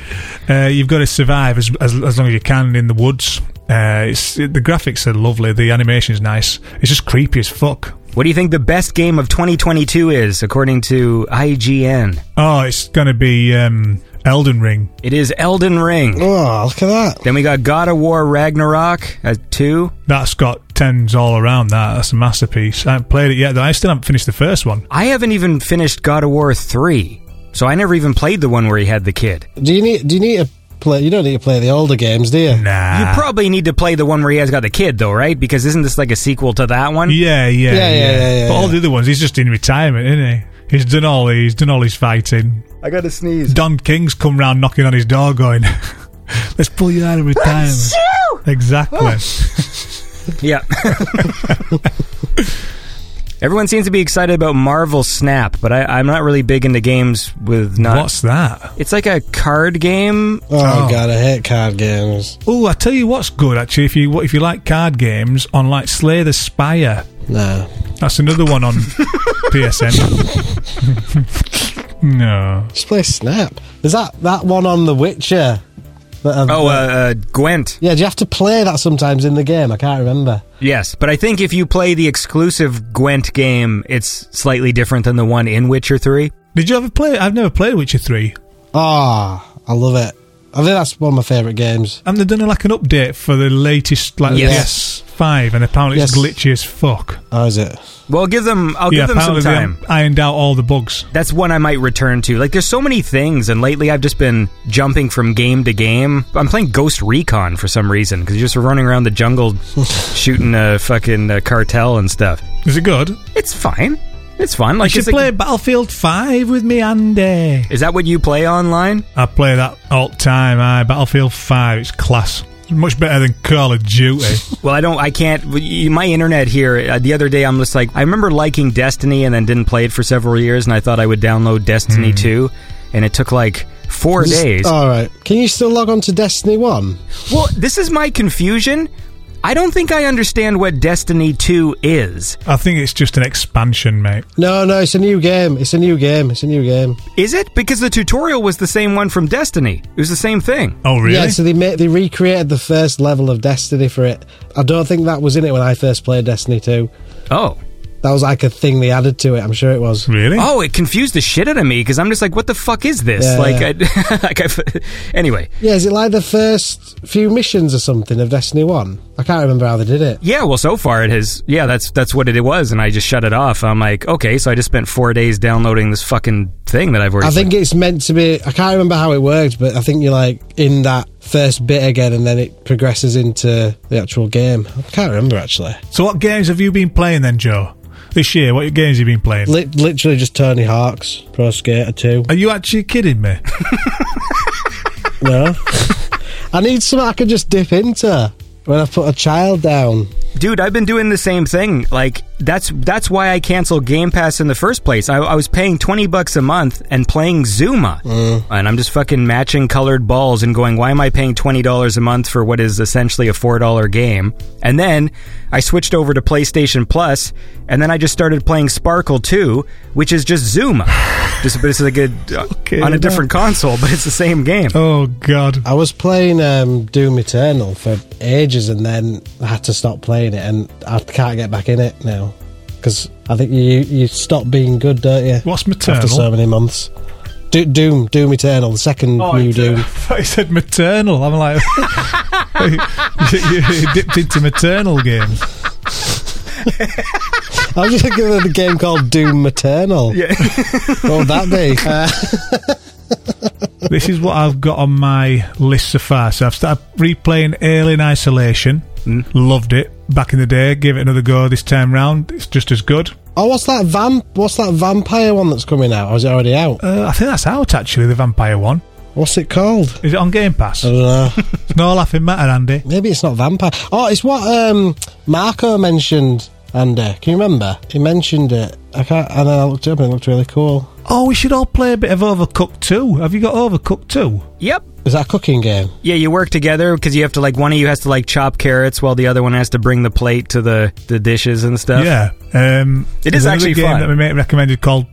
Speaker 2: Uh, you've got to survive as, as as long as you can in the woods. Uh, it's it, the graphics are lovely. The animation's nice. It's just creepy as fuck.
Speaker 1: What do you think the best game of 2022 is, according to IGN?
Speaker 2: Oh, it's gonna be um, Elden Ring.
Speaker 1: It is Elden Ring.
Speaker 3: Oh, look at that.
Speaker 1: Then we got God of War Ragnarok at two.
Speaker 2: That's got tens all around that. That's a masterpiece. I haven't played it yet, though. I still haven't finished the first one.
Speaker 1: I haven't even finished God of War 3, so I never even played the one where he had the kid.
Speaker 3: Do you need? Do you need to play? You don't need to play the older games, do you?
Speaker 2: Nah.
Speaker 1: You probably need to play the one where he has got the kid, though, right? Because isn't this like a sequel to that one?
Speaker 2: yeah, yeah, yeah,
Speaker 3: Yeah, yeah, yeah, yeah,
Speaker 2: But all
Speaker 3: yeah.
Speaker 2: the other ones, he's just in retirement, isn't he? He's done all. He's done all his fighting.
Speaker 1: I got to sneeze.
Speaker 2: Don King's come round knocking on his door, going, "Let's pull you out of retirement."
Speaker 3: Oh.
Speaker 2: Exactly.
Speaker 1: Yeah. Everyone seems to be excited about Marvel Snap, but I, I'm not really big into games with not.
Speaker 2: What's that?
Speaker 1: It's like a card game.
Speaker 3: Oh,
Speaker 2: Oh.
Speaker 3: god, I hate card games.
Speaker 2: Oh, I tell you what's good actually. If you if you like card games, on like Slay the Spire,
Speaker 3: No,
Speaker 2: that's another one on PSN. no.
Speaker 3: just play Snap. Is that that one on The Witcher? That I've-
Speaker 1: Oh, uh, uh, Gwent.
Speaker 3: yeah. Do you have to play that sometimes in the game? I can't remember.
Speaker 1: Yes, but I think if you play the exclusive Gwent game, it's slightly different than the one in Witcher Three.
Speaker 2: Did you ever play? I've never played Witcher Three.
Speaker 3: Ah, I love it. I think that's one of my favorite games.
Speaker 2: And they've done like an update for the latest like
Speaker 1: Yes.
Speaker 2: PS5, and apparently it's
Speaker 3: Yes.
Speaker 2: glitchy as fuck.
Speaker 3: Oh, is it?
Speaker 1: Well, give them. I'll give them some
Speaker 2: apparently
Speaker 1: time.
Speaker 2: they ironed out all the bugs.
Speaker 1: That's one I might return to. Like, there's so many things, and lately I've just been jumping from game to game. I'm playing Ghost Recon for some reason because you're just running around the jungle, shooting a fucking uh, cartel and stuff.
Speaker 2: Is it good?
Speaker 1: It's fine. It's fun. Like,
Speaker 2: you
Speaker 1: it's
Speaker 2: should
Speaker 1: like-
Speaker 2: play Battlefield Five with me, Andy.
Speaker 1: Is that what you play online?
Speaker 2: I play that all the time. I Battlefield Five. It's class. It's much better than Call of Duty.
Speaker 1: Well, I don't. I can't. y- My internet here. Uh, the other day, I'm just like, I remember liking Destiny and then didn't play it for several years, and I thought I would download
Speaker 2: Hmm.
Speaker 1: Destiny 2, and it took like four
Speaker 3: Just-
Speaker 1: days.
Speaker 3: All right. Can you still log on to Destiny One?
Speaker 1: Well, this is my confusion. I don't think I understand what Destiny 2 is.
Speaker 2: I think it's just an expansion, mate.
Speaker 3: No, no, it's a new game. It's a new game. It's a new game.
Speaker 1: Is it? Because the tutorial was the same one from Destiny. It was the same thing.
Speaker 2: Oh, really?
Speaker 3: Yeah, so they made, they recreated the first level of Destiny for it. I don't think that was in it when I first played Destiny 2.
Speaker 1: Oh.
Speaker 3: That was like a thing they added to it. I'm sure it was.
Speaker 2: really?
Speaker 1: Oh, it confused the shit out of me because I'm just like, what the fuck is this?
Speaker 3: Yeah.
Speaker 1: Like, I, like I've, anyway.
Speaker 3: Yeah, is it like the first few missions or something of Destiny One? I can't remember how they did it.
Speaker 1: Yeah, well, so far it has. Yeah, that's that's what it was, and I just shut it off. I'm like, okay, so I just spent four days downloading this fucking thing that I've already.
Speaker 3: I think it's meant to be. I can't remember how it worked, but I think you're like in that first bit again, and then it progresses into the actual game. I can't remember actually.
Speaker 2: So, what games have you been playing then, Joe? This year, what games have you been playing?
Speaker 3: Li- literally just Tony Hawk's Pro Skater Two.
Speaker 2: Are you actually kidding me?
Speaker 3: No, I need something I can just dip into when I put a child down.
Speaker 1: dude, I've been doing the same thing. Like, that's that's why I canceled Game Pass in the first place. I, I was paying twenty bucks a month and playing Zuma,
Speaker 2: Mm.
Speaker 1: and I'm just fucking matching colored balls and going, why am I paying twenty dollars a month for what is essentially a four dollar game? And then I switched over to PlayStation Plus, and then I just started playing Sparkle Two, which is just Zuma, just but it's like a
Speaker 2: Okay,
Speaker 1: on a
Speaker 2: that-
Speaker 1: different console, but it's the same game.
Speaker 2: Oh god.
Speaker 3: I was playing um, Doom Eternal for ages and then I had to stop playing it and I can't get back in it now. Because I think you you stop being good, don't you?
Speaker 2: What's
Speaker 3: After so
Speaker 2: maternal?
Speaker 3: many months. Do- Doom, Doom Eternal, the second new
Speaker 2: I
Speaker 3: Doom.
Speaker 2: thought you said maternal. I'm like, you, you dipped into maternal games.
Speaker 3: I was just thinking of the game called Doom Maternal.
Speaker 1: Yeah.
Speaker 3: What would that be? Uh,
Speaker 2: This is what I've got on my list so far. So I've started replaying Alien Isolation. Loved it back in the day. Give it another go this time round. It's just as good.
Speaker 3: oh, what's that vamp? What's that vampire one that's coming out? Or is it already out?
Speaker 2: Uh, I think that's out actually. The vampire one
Speaker 3: What's it called?
Speaker 2: is it on Game Pass?
Speaker 3: I don't know.
Speaker 2: no laughing matter, Andy.
Speaker 3: Maybe it's not vampire. Oh, it's what um, Marco mentioned. Andy, can you remember? He mentioned it. I can't. And then I looked it up and it looked really cool.
Speaker 2: Oh, we should all play a bit of Overcooked too. Have you got Overcooked too?
Speaker 1: Yep.
Speaker 3: Is that a cooking game?
Speaker 1: Yeah, you work together because you have to like one of you has to like chop carrots while the other one has to bring the plate to the the dishes and stuff.
Speaker 2: Yeah, um,
Speaker 1: It is
Speaker 2: there's another
Speaker 1: actually
Speaker 2: game
Speaker 1: fun.
Speaker 2: that my mate recommended called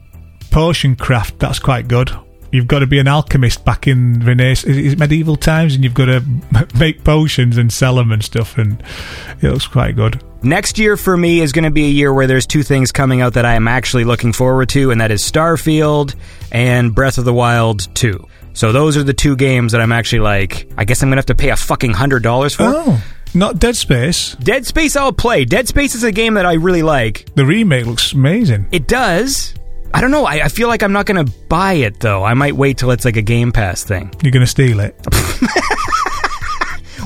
Speaker 2: Potion Craft. That's quite good. You've got to be an alchemist back in Renaissance, is it medieval times, and you've got to make potions and sell them and stuff. And it looks quite good.
Speaker 1: Next year for me is going to be a year where there's two things coming out that I am actually looking forward to, and that is Starfield and Breath of the Wild 2. So those are the two games that I'm actually like, I guess I'm going to have to pay a fucking hundred dollars for.
Speaker 2: Oh, not Dead Space.
Speaker 1: Dead Space I'll play. Dead Space is a game that I really like.
Speaker 2: The remake looks amazing.
Speaker 1: It does. I don't know. I, I feel like I'm not going to buy it though. I might wait till it's like a Game Pass thing.
Speaker 2: You're going to steal it?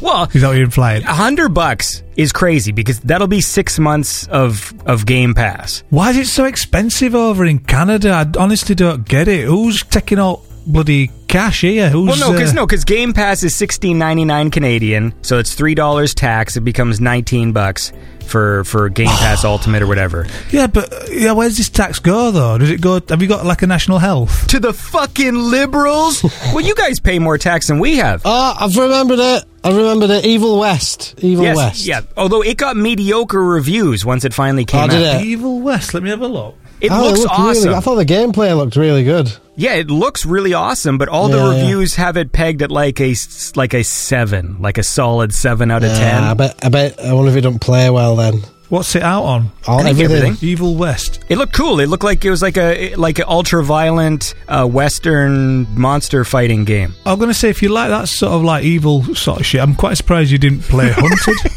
Speaker 1: Well,
Speaker 2: Is that what you're implying?
Speaker 1: A hundred bucks is crazy because that'll be six months of of Game Pass.
Speaker 2: Why is it so expensive over in Canada? I honestly don't get it. Who's taking out bloody cash here? Who's
Speaker 1: Well, no, because
Speaker 2: uh,
Speaker 1: no, because Game Pass is sixteen ninety nine Canadian, so it's three dollars tax. It becomes nineteen bucks for for Game Pass Ultimate or whatever.
Speaker 2: Yeah, but uh, yeah, where does this tax go though? Does it go? Have you got like a national health?
Speaker 1: To the fucking liberals. well, you guys pay more tax than we have.
Speaker 3: Oh, I've remembered it. I remembered it. Evil West. Evil
Speaker 1: yes,
Speaker 3: West.
Speaker 1: yeah. Although it got mediocre reviews once it finally came
Speaker 3: Oh, did
Speaker 1: out.
Speaker 3: Yeah.
Speaker 2: Evil West. Let me have a look.
Speaker 1: It
Speaker 3: Oh,
Speaker 1: looks
Speaker 3: looked
Speaker 1: awesome.
Speaker 3: Really, I thought the gameplay looked really good.
Speaker 1: Yeah, it looks really awesome, but all the
Speaker 3: Yeah, yeah.
Speaker 1: reviews have it pegged at like a s- like a seven, like a solid seven out of ten.
Speaker 3: Yeah, Ah, I bet. I bet. I wonder if it don't play well then.
Speaker 2: What's it out on?
Speaker 3: All,
Speaker 1: I think everything.
Speaker 2: Evil West.
Speaker 1: It looked cool. It looked like it was like a like an ultra violent uh, Western monster fighting game.
Speaker 2: I'm gonna say if you like that sort of like evil sort of shit, I'm quite surprised you didn't play Hunted.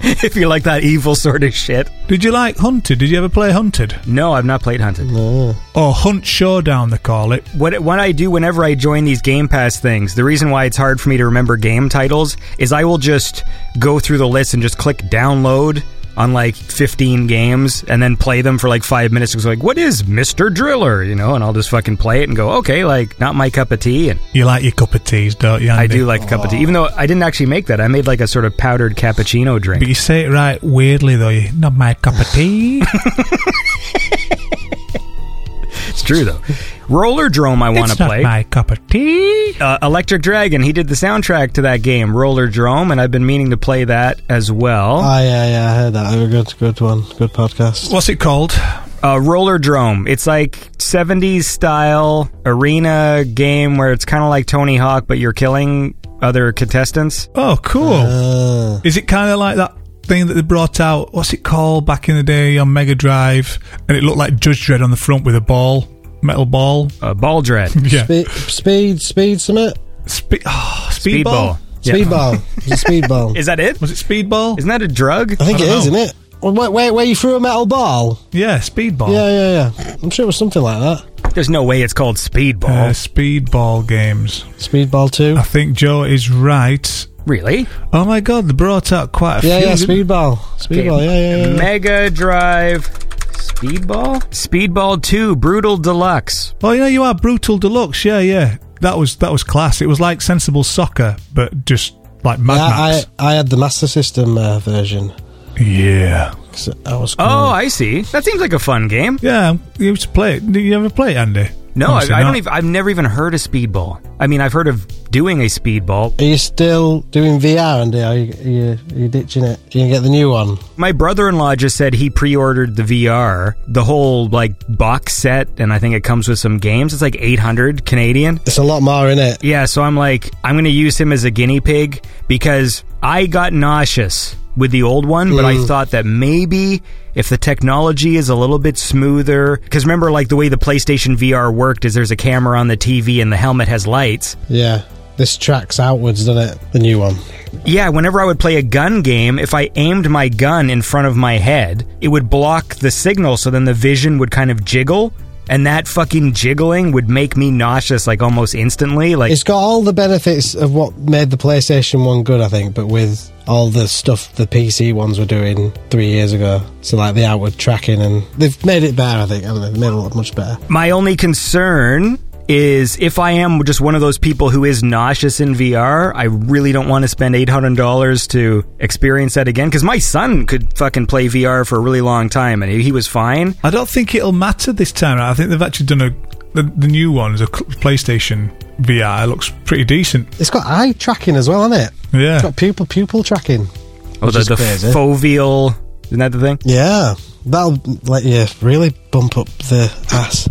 Speaker 1: if you like that evil sort of shit.
Speaker 2: Did you like Hunted? Did you ever play Hunted?
Speaker 1: No, I've not played Hunted.
Speaker 2: Or Hunt Showdown, they call it.
Speaker 1: What what I do whenever I join these Game Pass things, the reason why it's hard for me to remember game titles is I will just go through the list and just click download on like 15 games and then play them for like 5 minutes it's like what is Mr. Driller, you know, and I'll just fucking play it and go, "Okay, like not my cup of tea." And
Speaker 2: You like your cup of teas, don't you? Andy?
Speaker 1: I do like a cup of tea even though I didn't actually make that. I made like a sort of powdered cappuccino drink.
Speaker 2: But you say it right weirdly though. You not my cup of tea.
Speaker 1: It's true though. Rollerdrome, I want to
Speaker 2: it's not
Speaker 1: play.
Speaker 2: my cup of tea.
Speaker 1: uh, Electric Dragon. He did the soundtrack to that game, Rollerdrome, and I've been meaning to play that as well.
Speaker 3: Oh yeah, yeah. I heard that. Oh, good, good one. Good podcast.
Speaker 2: What's it called?
Speaker 1: Uh, Rollerdrome. It's like '70s style arena game where it's kind of like Tony Hawk, but you're killing other contestants.
Speaker 2: Oh, cool.
Speaker 3: Uh,
Speaker 2: Is it kind of like that thing that they brought out? What's it called back in the day on Mega Drive? And it looked like Judge Dredd on the front with a ball, metal ball.
Speaker 1: Uh, Ball Dread,
Speaker 2: Yeah,
Speaker 3: speed, speed, speed summit.
Speaker 2: Spe- oh, speedball.
Speaker 1: Speedball. Yeah.
Speaker 3: Speedball. It's a speedball.
Speaker 1: Is that it?
Speaker 2: Was it speedball?
Speaker 1: Isn't that a drug?
Speaker 3: I think
Speaker 2: I
Speaker 3: it
Speaker 2: don't
Speaker 3: is,
Speaker 2: know.
Speaker 3: isn't it? Well, where, where, where you threw a metal ball?
Speaker 2: yeah, speedball.
Speaker 3: Yeah, yeah, yeah. I'm sure it was something like that.
Speaker 1: There's no way it's called
Speaker 2: Uh,
Speaker 1: Speedball.
Speaker 2: speedball games.
Speaker 3: Speedball two.
Speaker 2: I think Joe is right.
Speaker 1: really?
Speaker 2: Oh my god, they brought out quite a
Speaker 3: Yeah,
Speaker 2: few.
Speaker 3: yeah.
Speaker 2: didn't-
Speaker 3: Speedball. Speedball. Yeah, yeah, yeah.
Speaker 1: Mega Drive. Speedball? Speedball 2 Brutal Deluxe.
Speaker 2: Oh, you know you are brutal deluxe. Yeah, yeah. That was that was class. It was like sensible soccer, but just like Mad
Speaker 3: Yeah, I,
Speaker 2: Max.
Speaker 3: I had the Master System uh, version.
Speaker 2: Yeah.
Speaker 3: 'Cause I was
Speaker 1: Oh,
Speaker 3: called-
Speaker 1: I see. That seems like a fun game.
Speaker 2: Yeah, you used to play it. Did you ever play it, Andy?
Speaker 1: No, I,
Speaker 2: Obviously
Speaker 1: I don't
Speaker 2: Oh, not.
Speaker 1: even. I've never even heard of speedball. I mean, I've heard of doing a speedball.
Speaker 3: Are you still doing VR, Andy? Are you, are you, are you ditching it? Are you going to get the new one?
Speaker 1: My brother-in-law just said he pre-ordered the VR, the whole like box set, and I think it comes with some games. It's like 800 Canadian.
Speaker 3: It's a lot more in it.
Speaker 1: Yeah, so I'm like, I'm going to use him as a guinea pig because I got nauseous with the old one, but I thought that maybe if the technology is a little bit smoother, because remember, like the way the PlayStation VR worked is there's a camera on the TV and the helmet has lights.
Speaker 3: Yeah. This tracks outwards, doesn't it? The new one.
Speaker 1: Yeah, whenever I would play a gun game, if I aimed my gun in front of my head, it would block the signal, so then the vision would kind of jiggle. And that fucking jiggling would make me nauseous like almost instantly. Like
Speaker 3: It's got all the benefits of what made the PlayStation 1 good, I think, but with all the stuff the PC ones were doing three years ago. So, like the outward tracking, and they've made it better, I think. haven't they? They've made it look much better.
Speaker 1: My only concern is if I am just one of those people who is nauseous in VR, I really don't want to spend $800 to experience that again because my son could fucking play VR for a really long time and he was fine.
Speaker 2: I don't think it'll matter this time. around. I think they've actually done a the, the new ones, a PlayStation VR looks pretty decent.
Speaker 3: It's got eye tracking as well, hasn't it?
Speaker 2: Yeah,
Speaker 3: It's got pupil pupil tracking.
Speaker 1: Oh, the,
Speaker 3: is
Speaker 1: the
Speaker 3: crazy.
Speaker 1: foveal. Isn't that the thing?
Speaker 3: Yeah. That'll let you really bump up the ass.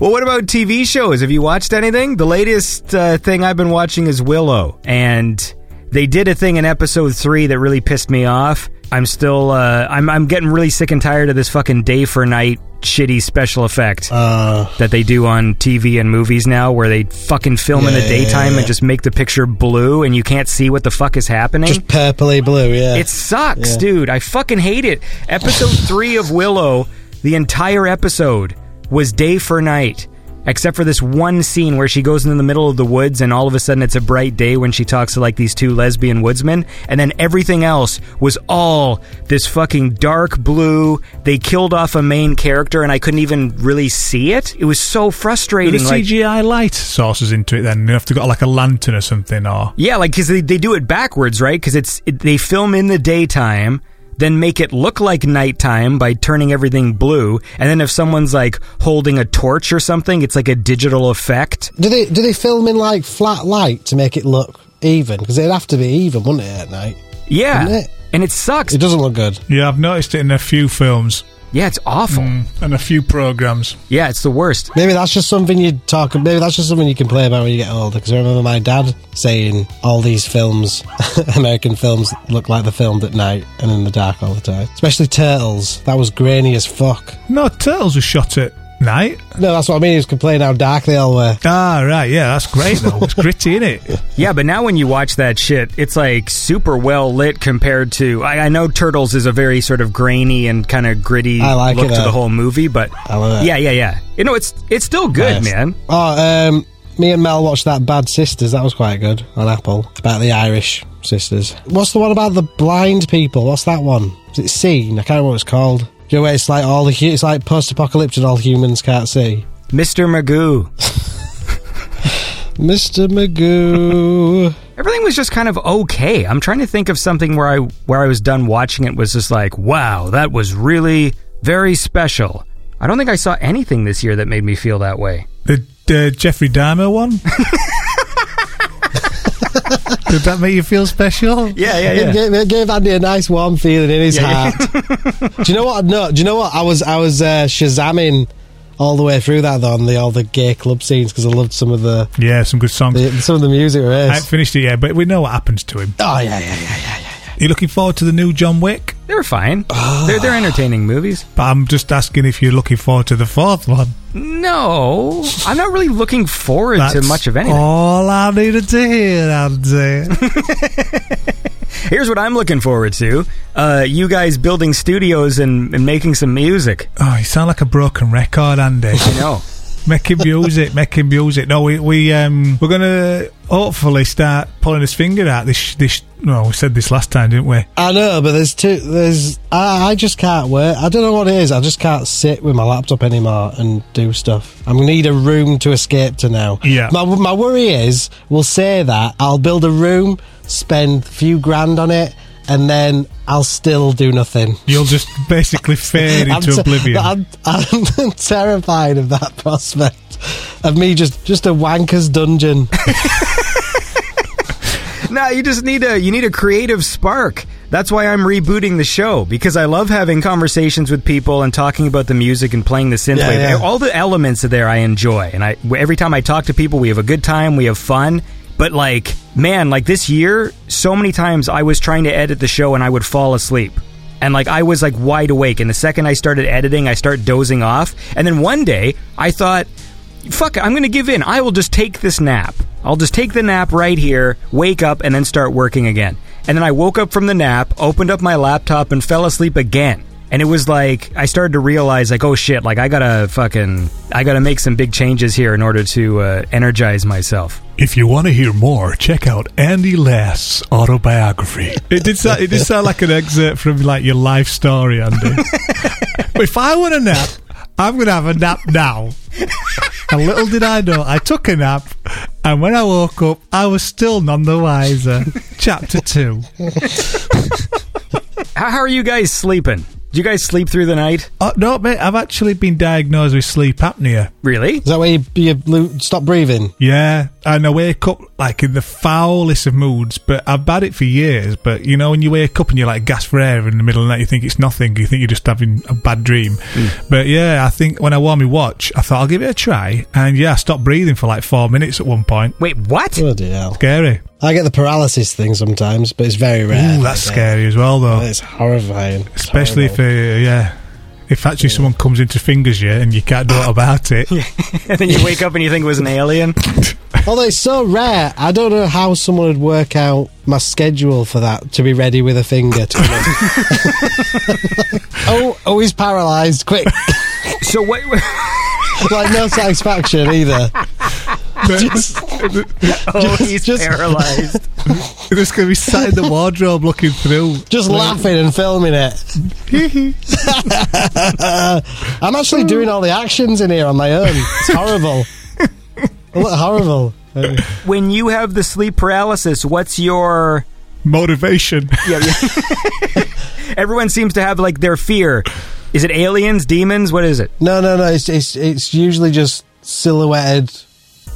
Speaker 1: Well, what about TV shows? Have you watched anything? The latest uh, thing I've been watching is Willow, and they did a thing in episode three that really pissed me off. I'm still, uh, I'm, I'm getting really sick and tired of this fucking day for night shitty special effect that they do on TV and movies now, where they fucking film in the
Speaker 3: Yeah, yeah,
Speaker 1: daytime
Speaker 3: yeah.
Speaker 1: and just make the picture blue, and you can't see what the fuck is happening.
Speaker 3: Just purpley blue, yeah.
Speaker 1: It sucks,
Speaker 3: Yeah.
Speaker 1: dude. I fucking hate it. Episode three of Willow, the entire episode was day for night, except for this one scene where she goes into the middle of the woods and all of a sudden it's a bright day when she talks to like these two lesbian woodsmen, and then everything else was all this fucking dark blue. They killed off a main character and I couldn't even really see it. It was so
Speaker 2: Do the
Speaker 1: frustrating. like-
Speaker 2: CGI light sources into it. Then you have to got like a lantern or something, or
Speaker 1: Yeah, like because they, they do it backwards, right? Because it's it, they film in the daytime, then make it look like nighttime by turning everything blue, and then if someone's like holding a torch or something, it's like a digital effect.
Speaker 3: Do they do they film in like flat light to make it look even? Because it'd have to be even, wouldn't it? At night,
Speaker 1: Yeah,
Speaker 3: Isn't it?
Speaker 1: and it sucks.
Speaker 3: it doesn't look good.
Speaker 2: yeah, I've noticed it in a few films
Speaker 1: yeah, it's awful.
Speaker 2: and a few programs.
Speaker 1: Yeah, it's the worst.
Speaker 3: Maybe that's just something you talk. Maybe that's just something you can play about when you get older. Because I remember my dad saying all these films, American films, look like they're filmed at night and in the dark all the time. Especially Turtles. That was grainy as fuck.
Speaker 2: No, Turtles was shot at night.
Speaker 3: No, that's what I mean. He was complaining how dark they all were.
Speaker 2: Ah, right, yeah, that's great though. It's gritty, isn't it?
Speaker 1: Yeah, but now when you watch that shit, it's like super well lit compared to. I, I know Turtles is a very sort of grainy and kind of gritty
Speaker 3: I like
Speaker 1: look
Speaker 3: it,
Speaker 1: to
Speaker 3: uh,
Speaker 1: the whole movie, but
Speaker 3: I love it.
Speaker 1: yeah, yeah, yeah. You know, it's it's still good,
Speaker 3: Yes.
Speaker 1: man.
Speaker 3: Oh, um, me and Mel watched that Bad Sisters. That was quite good on Apple about the Irish sisters. What's the one about the blind people? What's that one? Is it Scene? I can't remember what it's called. Do you know where it's like all the hu- it's like post-apocalyptic and all humans can't see.
Speaker 1: Mr. Magoo.
Speaker 3: Mr. Magoo.
Speaker 1: Everything was just kind of okay. I'm trying to think of something where I where I was done watching it was just like, wow, that was really very special. I don't think I saw anything this year that made me feel that way.
Speaker 2: The uh, Jeffrey Dahmer one. Did that make you feel special?
Speaker 1: Yeah,
Speaker 3: It gave, it gave Andy a nice warm feeling in his
Speaker 1: Yeah,
Speaker 3: heart. do you know what? No, do you know what? I was I was uh, shazamming all the way through that though on the all the gay club scenes because I loved some of the,
Speaker 2: Yeah, some good songs.
Speaker 3: the some of the music. Were
Speaker 2: I haven't finished it yet, but we know what happens to him.
Speaker 3: Oh yeah, yeah, yeah.
Speaker 2: You looking forward to the new John Wick?
Speaker 1: They're fine. They're they're entertaining movies.
Speaker 2: But I'm just asking if you're looking forward to the fourth one.
Speaker 1: No, I'm not really looking forward to
Speaker 2: That's
Speaker 1: much of anything.
Speaker 2: All I needed to hear, Andy.
Speaker 1: Here's what I'm looking forward to: uh, you guys building studios and, and making some music.
Speaker 2: oh, you sound like a broken record, Andy.
Speaker 1: No,
Speaker 2: making music, making music. No, we we um we're gonna hopefully start pulling his finger out. This this no, we said this last time, didn't we?
Speaker 3: I know, but there's two. There's I, I just can't work. I don't know what it is. I just can't sit with my laptop anymore and do stuff. I need a room to escape to now.
Speaker 2: Yeah.
Speaker 3: My my worry is we'll say that I'll build a room, spend a few grand on it, and then I'll still do nothing.
Speaker 2: You'll just basically fade
Speaker 3: I'm
Speaker 2: into
Speaker 3: ter-
Speaker 2: oblivion.
Speaker 3: I'm, I'm terrified of that prospect of me just just a wanker's dungeon.
Speaker 1: No, you just need a you need a creative spark. That's why I'm rebooting the show because I love having conversations with people and talking about the music and playing the synthwave.
Speaker 3: Yeah, yeah.
Speaker 1: All the elements of there I enjoy, and I every time I talk to people, we have a good time, we have fun. But like, man, like this year, so many times I was trying to edit the show and I would fall asleep. And like I was like wide awake, and the second I started editing, I start dozing off. And then one day, I thought, fuck it, I'm going to give in. I will just take this nap. I'll just take the nap right here, wake up, and then start working again. And then I woke up from the nap, opened up my laptop, and fell asleep again. And it was like I started to realize, like, oh shit, like I gotta fucking, I gotta make some big changes here in order to uh, energize myself.
Speaker 2: If you want to hear more, check out Andy Lass's autobiography. It did sound, it did sound like an excerpt from like your life story, Andy. if I want a nap, I'm going to have a nap now. and little did I know, I took a nap, and when I woke up, I was still none the wiser. Chapter two.
Speaker 1: How, how are you guys sleeping? Do you guys sleep through the night?
Speaker 2: Oh, no, mate, I've actually been diagnosed with sleep apnea.
Speaker 1: Really?
Speaker 3: Is that where you, you lo- stop breathing?
Speaker 2: Yeah, and I wake up like in the foulest of moods, but I've had it for years. But you know, when you wake up and you're like gasp for air in the middle of the night, you think it's nothing, you think you're just having a bad dream. But yeah, I think when I wore my watch, I thought I'll give it a try, and yeah, I stopped breathing for like four minutes at one point.
Speaker 1: Wait, what?
Speaker 3: Bloody hell.
Speaker 2: Scary.
Speaker 3: I get the paralysis thing sometimes, but it's very rare.
Speaker 2: Ooh, that's
Speaker 3: Yeah.
Speaker 2: scary as well, though.
Speaker 3: It's horrifying. It's
Speaker 2: Especially if, uh,
Speaker 3: horrible.
Speaker 2: yeah, if actually someone comes in to fingers you and you can't do it about it.
Speaker 1: and then you wake up and you think it was an alien.
Speaker 3: Although it's so rare, I don't know how someone would work out my schedule for that to be ready with a finger. To oh, oh, he's paralysed! Quick,
Speaker 1: So what?
Speaker 3: like no satisfaction either. Just-
Speaker 1: Oh, he's
Speaker 3: Just-
Speaker 1: paralyzed.
Speaker 2: You're just going to be sat in the wardrobe looking through.
Speaker 3: just laughing and filming it. I'm actually doing all the actions in here on my own. It's horrible. I look horrible.
Speaker 1: when you have the sleep paralysis, what's your
Speaker 2: Motivation.
Speaker 1: everyone seems to have like their fear. Is it aliens, demons? What is it?
Speaker 3: No, no, no. It's it's it's usually just silhouetted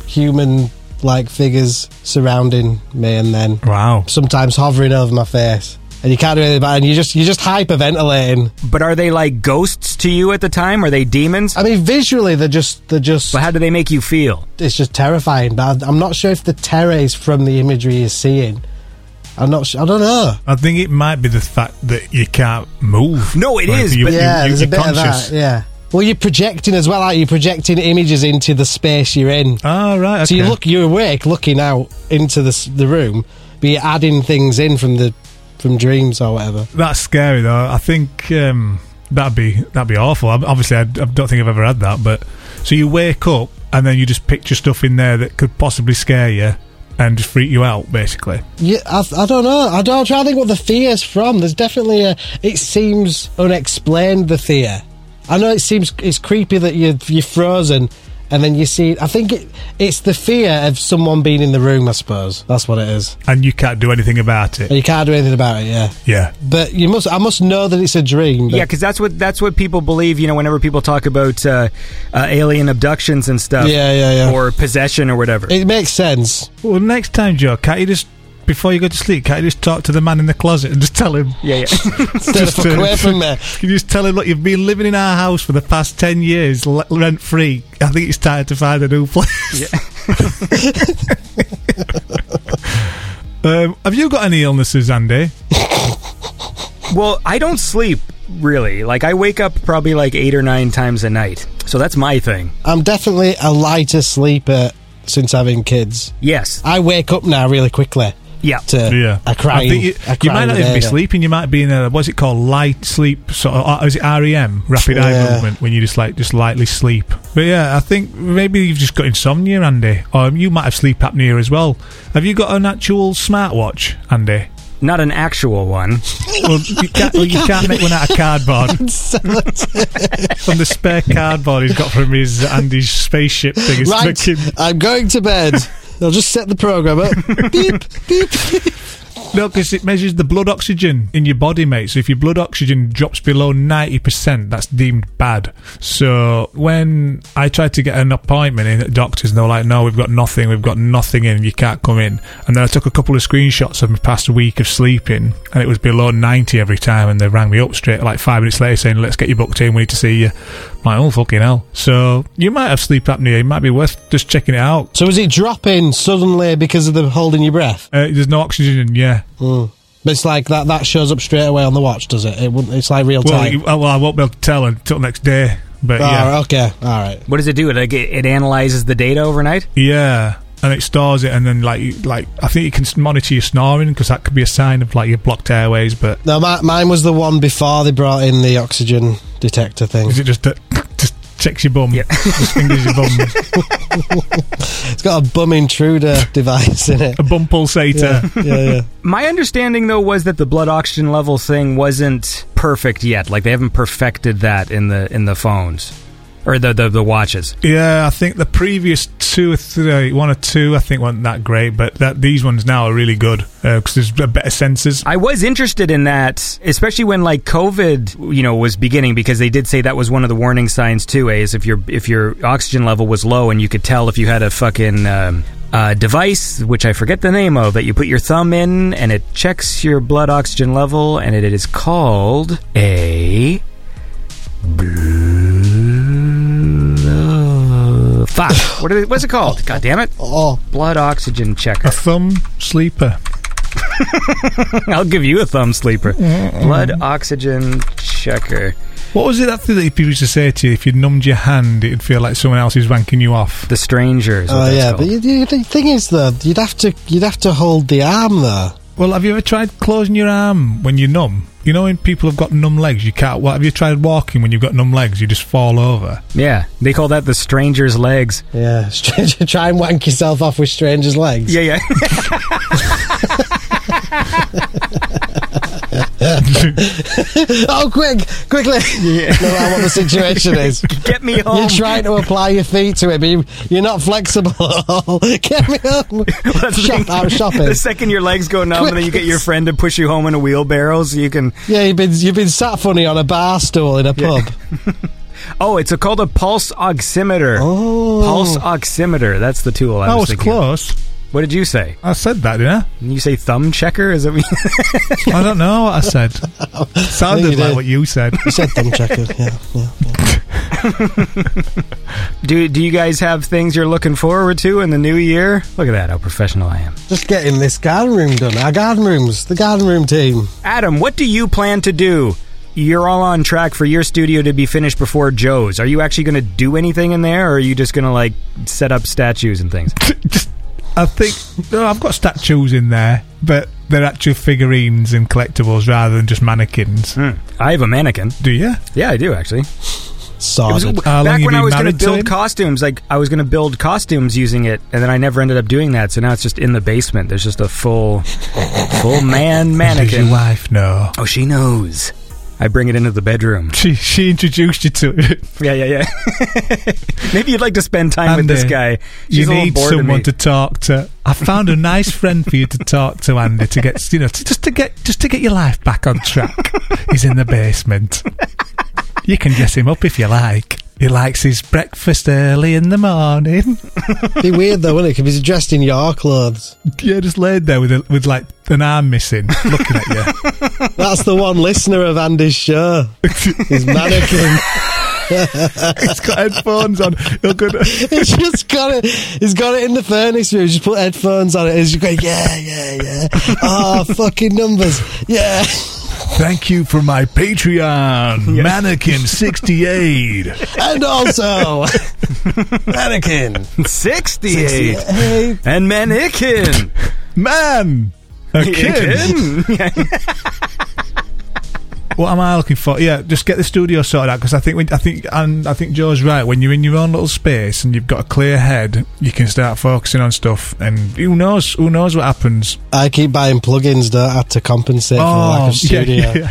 Speaker 3: human like figures surrounding me, and then
Speaker 2: Wow.
Speaker 3: sometimes hovering over my face, and you can't do anything about it. And you just you're just hyperventilating.
Speaker 1: But are they like ghosts to you at the time? Are they demons?
Speaker 3: I mean, visually they're just they're just
Speaker 1: But how do they make you feel?
Speaker 3: it's just terrifying. But I- I'm not sure if the terror is from the imagery you're seeing. I'm not. Sure, I don't know.
Speaker 2: I think it might be the fact that you can't move.
Speaker 1: No, it
Speaker 2: it is.
Speaker 1: is, but-
Speaker 3: Yeah, there's a bit of that. Yeah. Well, you're projecting as well, aren't you? You're Projecting images into the space you're in.
Speaker 2: Oh, right.
Speaker 3: So you
Speaker 2: okay.
Speaker 3: look, you're awake, looking out into the s- the room, but you're adding things in from the from dreams or whatever.
Speaker 2: That's scary, though. I think um, that'd be that'd be awful. Ob- Obviously, I, I don't think I've ever had that. But so you wake up and then you just picture stuff in there that could possibly scare you and just freak you out, basically.
Speaker 3: Yeah, I, I don't know. I don't I'm trying to think what the fear's from. There's definitely a. It seems unexplained. The fear. I know it seems it's creepy that you you're frozen, and then you see. I think it it's the fear of someone being in the room. I suppose that's what it is.
Speaker 2: And you can't do anything about
Speaker 3: And
Speaker 2: it.
Speaker 3: you can't do anything about it. Yeah.
Speaker 2: Yeah.
Speaker 3: But you must. I must know that it's a dream. But
Speaker 1: Yeah, because that's what that's what people believe. You know, whenever people talk about uh, uh, alien abductions and stuff,
Speaker 3: Yeah, yeah, yeah.
Speaker 1: or possession or whatever.
Speaker 3: it makes sense.
Speaker 2: Well, next time, Joe, can't you just before you go to sleep, can't you just talk to the man in the closet and just tell him?
Speaker 1: yeah, yeah.
Speaker 3: Stay the
Speaker 2: Just
Speaker 3: fuck
Speaker 2: to-
Speaker 3: away from me.
Speaker 2: Can you just tell him, look, you've been living in our house for the past 10 years, l- rent free. I think it's time to find a new place. um, have you got any illnesses, Andy?
Speaker 1: well, I don't sleep really. Like I wake up probably like eight or nine times a night. So that's my thing.
Speaker 3: I'm definitely a lighter sleeper since having kids.
Speaker 1: Yes.
Speaker 3: I wake up now really quickly.
Speaker 1: Yeah.
Speaker 3: To a crying.
Speaker 2: I think you,
Speaker 3: a
Speaker 2: you might
Speaker 3: crying
Speaker 2: not even be
Speaker 3: baby.
Speaker 2: sleeping. You might be in a, what's it called? Light sleep. Sort of, or uh, is it REM? Rapid eye
Speaker 3: Yeah.
Speaker 2: movement, when you just like, just lightly sleep. But yeah, I think maybe you've just got insomnia, Andy, or you might have sleep apnea as well. Have you got an actual smartwatch, Andy?
Speaker 1: Not an actual one.
Speaker 2: Well, you can't, well, you can't make one out of cardboard. From the spare cardboard he's got from his Andy's spaceship thing. It's
Speaker 3: Right,
Speaker 2: making-
Speaker 3: I'm going to bed. They'll just set the program up. beep, beep.
Speaker 2: No, because it measures the blood oxygen in your body, mate. So if your blood oxygen drops below 90%, that's deemed bad. So when I tried to get an appointment in at doctors, and they were like, no, we've got nothing, we've got nothing in, you can't come in. And then I took a couple of screenshots of my past week of sleeping, and it was below 90 every time, and they rang me up straight like five minutes later saying, let's get you booked in, we need to see you. My own fucking hell. So you might have sleep apnea, it might be worth just checking it out.
Speaker 3: So is it dropping suddenly because of the holding your breath?
Speaker 2: Uh, there's no oxygen, yeah.
Speaker 3: But it's like that that shows up straight away on the watch, does it? it wouldn't- it's like real
Speaker 2: Well,
Speaker 3: time.
Speaker 2: you- oh, well, I won't be able to tell until next day. But
Speaker 3: Ah,
Speaker 2: yeah,
Speaker 3: okay, all right.
Speaker 1: What does it do? It, like, it, it analyzes the data overnight?
Speaker 2: yeah, and it stores it, and then like you- like I think you can s- monitor your snoring because that could be a sign of like your blocked airways. But
Speaker 3: No, my, mine was the one before they brought in the oxygen detector thing.
Speaker 2: is it just that just checks your bum?
Speaker 1: Yeah.
Speaker 2: just fingers your bum.
Speaker 3: It's got a bum intruder device in it.
Speaker 2: A bum pulsator.
Speaker 3: Yeah, yeah, yeah.
Speaker 1: My understanding, though, was that the blood oxygen level thing wasn't perfect yet. Like they haven't perfected that in the in the phones or the the, the watches.
Speaker 2: Yeah, I think the previous two or three, one or two, I think weren't that great, but that these ones now are really good because there's there's uh, better sensors.
Speaker 1: I was interested in that, especially when like COVID, you know, was beginning because they did say that was one of the warning signs too. eh, Is if your if your oxygen level was low and you could tell if you had a fucking um, uh, device, which I forget the name of, that you put your thumb in and it checks your blood oxygen level, and it is called a. Blo- uh, Fuck! What is it, what's it called? God damn it!
Speaker 3: Oh,
Speaker 1: Blood oxygen checker.
Speaker 2: A thumb sleeper.
Speaker 1: I'll give you a thumb sleeper.
Speaker 3: Mm-hmm.
Speaker 1: Blood oxygen checker.
Speaker 2: What was it that thing that people used to say to you? If you numbed your hand, it'd feel like someone else is wanking you off.
Speaker 1: The stranger. Is what
Speaker 3: oh
Speaker 1: that's
Speaker 3: yeah.
Speaker 1: called.
Speaker 3: But you, you, the thing is, though, you'd have to you'd have to hold the arm there.
Speaker 2: Well, have you ever tried closing your arm when you're numb? You know, when people have got numb legs, you can't. Well, have you tried walking when you've got numb legs? You just fall over.
Speaker 1: yeah, they call that the stranger's legs.
Speaker 3: Yeah, stranger, try and wank yourself off with strangers' legs.
Speaker 1: Yeah, yeah.
Speaker 3: Oh, quick, quickly!
Speaker 1: Yeah.
Speaker 3: no matter what the situation is. Um.
Speaker 1: Get me home.
Speaker 3: You're trying to apply your feet to it, but you, you're not flexible at all. Get me home.
Speaker 1: That's the
Speaker 3: Shop
Speaker 1: thing.
Speaker 3: out shopping.
Speaker 1: The second your legs go numb, and then you get your friend to push you home in a wheelbarrow so you can.
Speaker 3: Yeah, you've been you've been sat funny on a bar stool in a pub.
Speaker 1: Oh, it's a, called a pulse oximeter.
Speaker 3: Oh.
Speaker 1: Pulse oximeter. That's the tool. I
Speaker 2: I
Speaker 1: was,
Speaker 2: was
Speaker 1: thinking. of.
Speaker 2: close.
Speaker 1: What did you say?
Speaker 2: I said that, didn't
Speaker 1: You say thumb checker? Is it?
Speaker 2: I? I don't know what I said.
Speaker 3: I
Speaker 2: Sounded
Speaker 3: think you
Speaker 2: like
Speaker 3: did.
Speaker 2: what you said.
Speaker 3: You said thumb checker. Yeah, yeah.
Speaker 1: do Do you guys have things you're looking forward to in the new year? Look at that. How professional I am.
Speaker 3: Just getting this garden room done. Our garden rooms, the garden room team.
Speaker 1: Adam, what do you plan to do? You're all on track for your studio to be finished before Joe's. Are you actually going to do anything in there, or are you just going to like set up statues and things?
Speaker 2: I think no, I've got statues in there, but they're actual figurines and collectibles rather than just mannequins.
Speaker 1: I have a mannequin.
Speaker 2: Do you?
Speaker 1: Yeah, I do actually.
Speaker 3: Sorted.
Speaker 2: How long
Speaker 1: back
Speaker 2: you
Speaker 1: when I
Speaker 2: been
Speaker 1: was gonna
Speaker 2: married to
Speaker 1: build
Speaker 2: him?
Speaker 1: costumes, like I was going to build costumes using it, and then I never ended up doing that. So now it's just in the basement. There's just a full, full man
Speaker 2: Does your
Speaker 1: mannequin.
Speaker 2: wife know?
Speaker 1: Oh, she knows. I bring it into the bedroom.
Speaker 2: She she introduced you to it.
Speaker 1: Yeah, yeah, yeah. Maybe you'd like to spend time with
Speaker 2: Andy,
Speaker 1: this guy. She's
Speaker 2: you
Speaker 1: a little
Speaker 2: need
Speaker 1: bored of
Speaker 2: someone
Speaker 1: me.
Speaker 2: to talk to. I found a nice friend for you to talk to, Andy, to get you know to, just to get just to get your life back on track. He's in the basement. You can dress him up if you like. He likes his breakfast early in the morning.
Speaker 3: Be weird though, wouldn't it? Because he's dressed in your clothes.
Speaker 2: Yeah, just laid there with a, with like an arm missing, looking at you.
Speaker 3: That's the one listener of Andy's show. His mannequin.
Speaker 2: He's got headphones on. He'll go to-
Speaker 3: He's just got it. He's got it in the furnace room. Just put headphones on it. He's just going, yeah, yeah, yeah. Oh, fucking numbers. Yeah.
Speaker 2: Thank you for my Patreon, Mannequin sixty eight.
Speaker 3: And also, mannequin.
Speaker 1: 68.
Speaker 3: Hey,
Speaker 1: And mannequin.
Speaker 2: Man, a kid.
Speaker 1: Mannequin.
Speaker 2: What am I looking for? Yeah, just get the studio sorted out because I think we, I think and I think Joe's right. When you're in your own little space and you've got a clear head, you can start focusing on stuff. And who knows? Who knows what happens? Oh,
Speaker 3: I keep buying plugins, don't I, to compensate for the lack of
Speaker 2: yeah,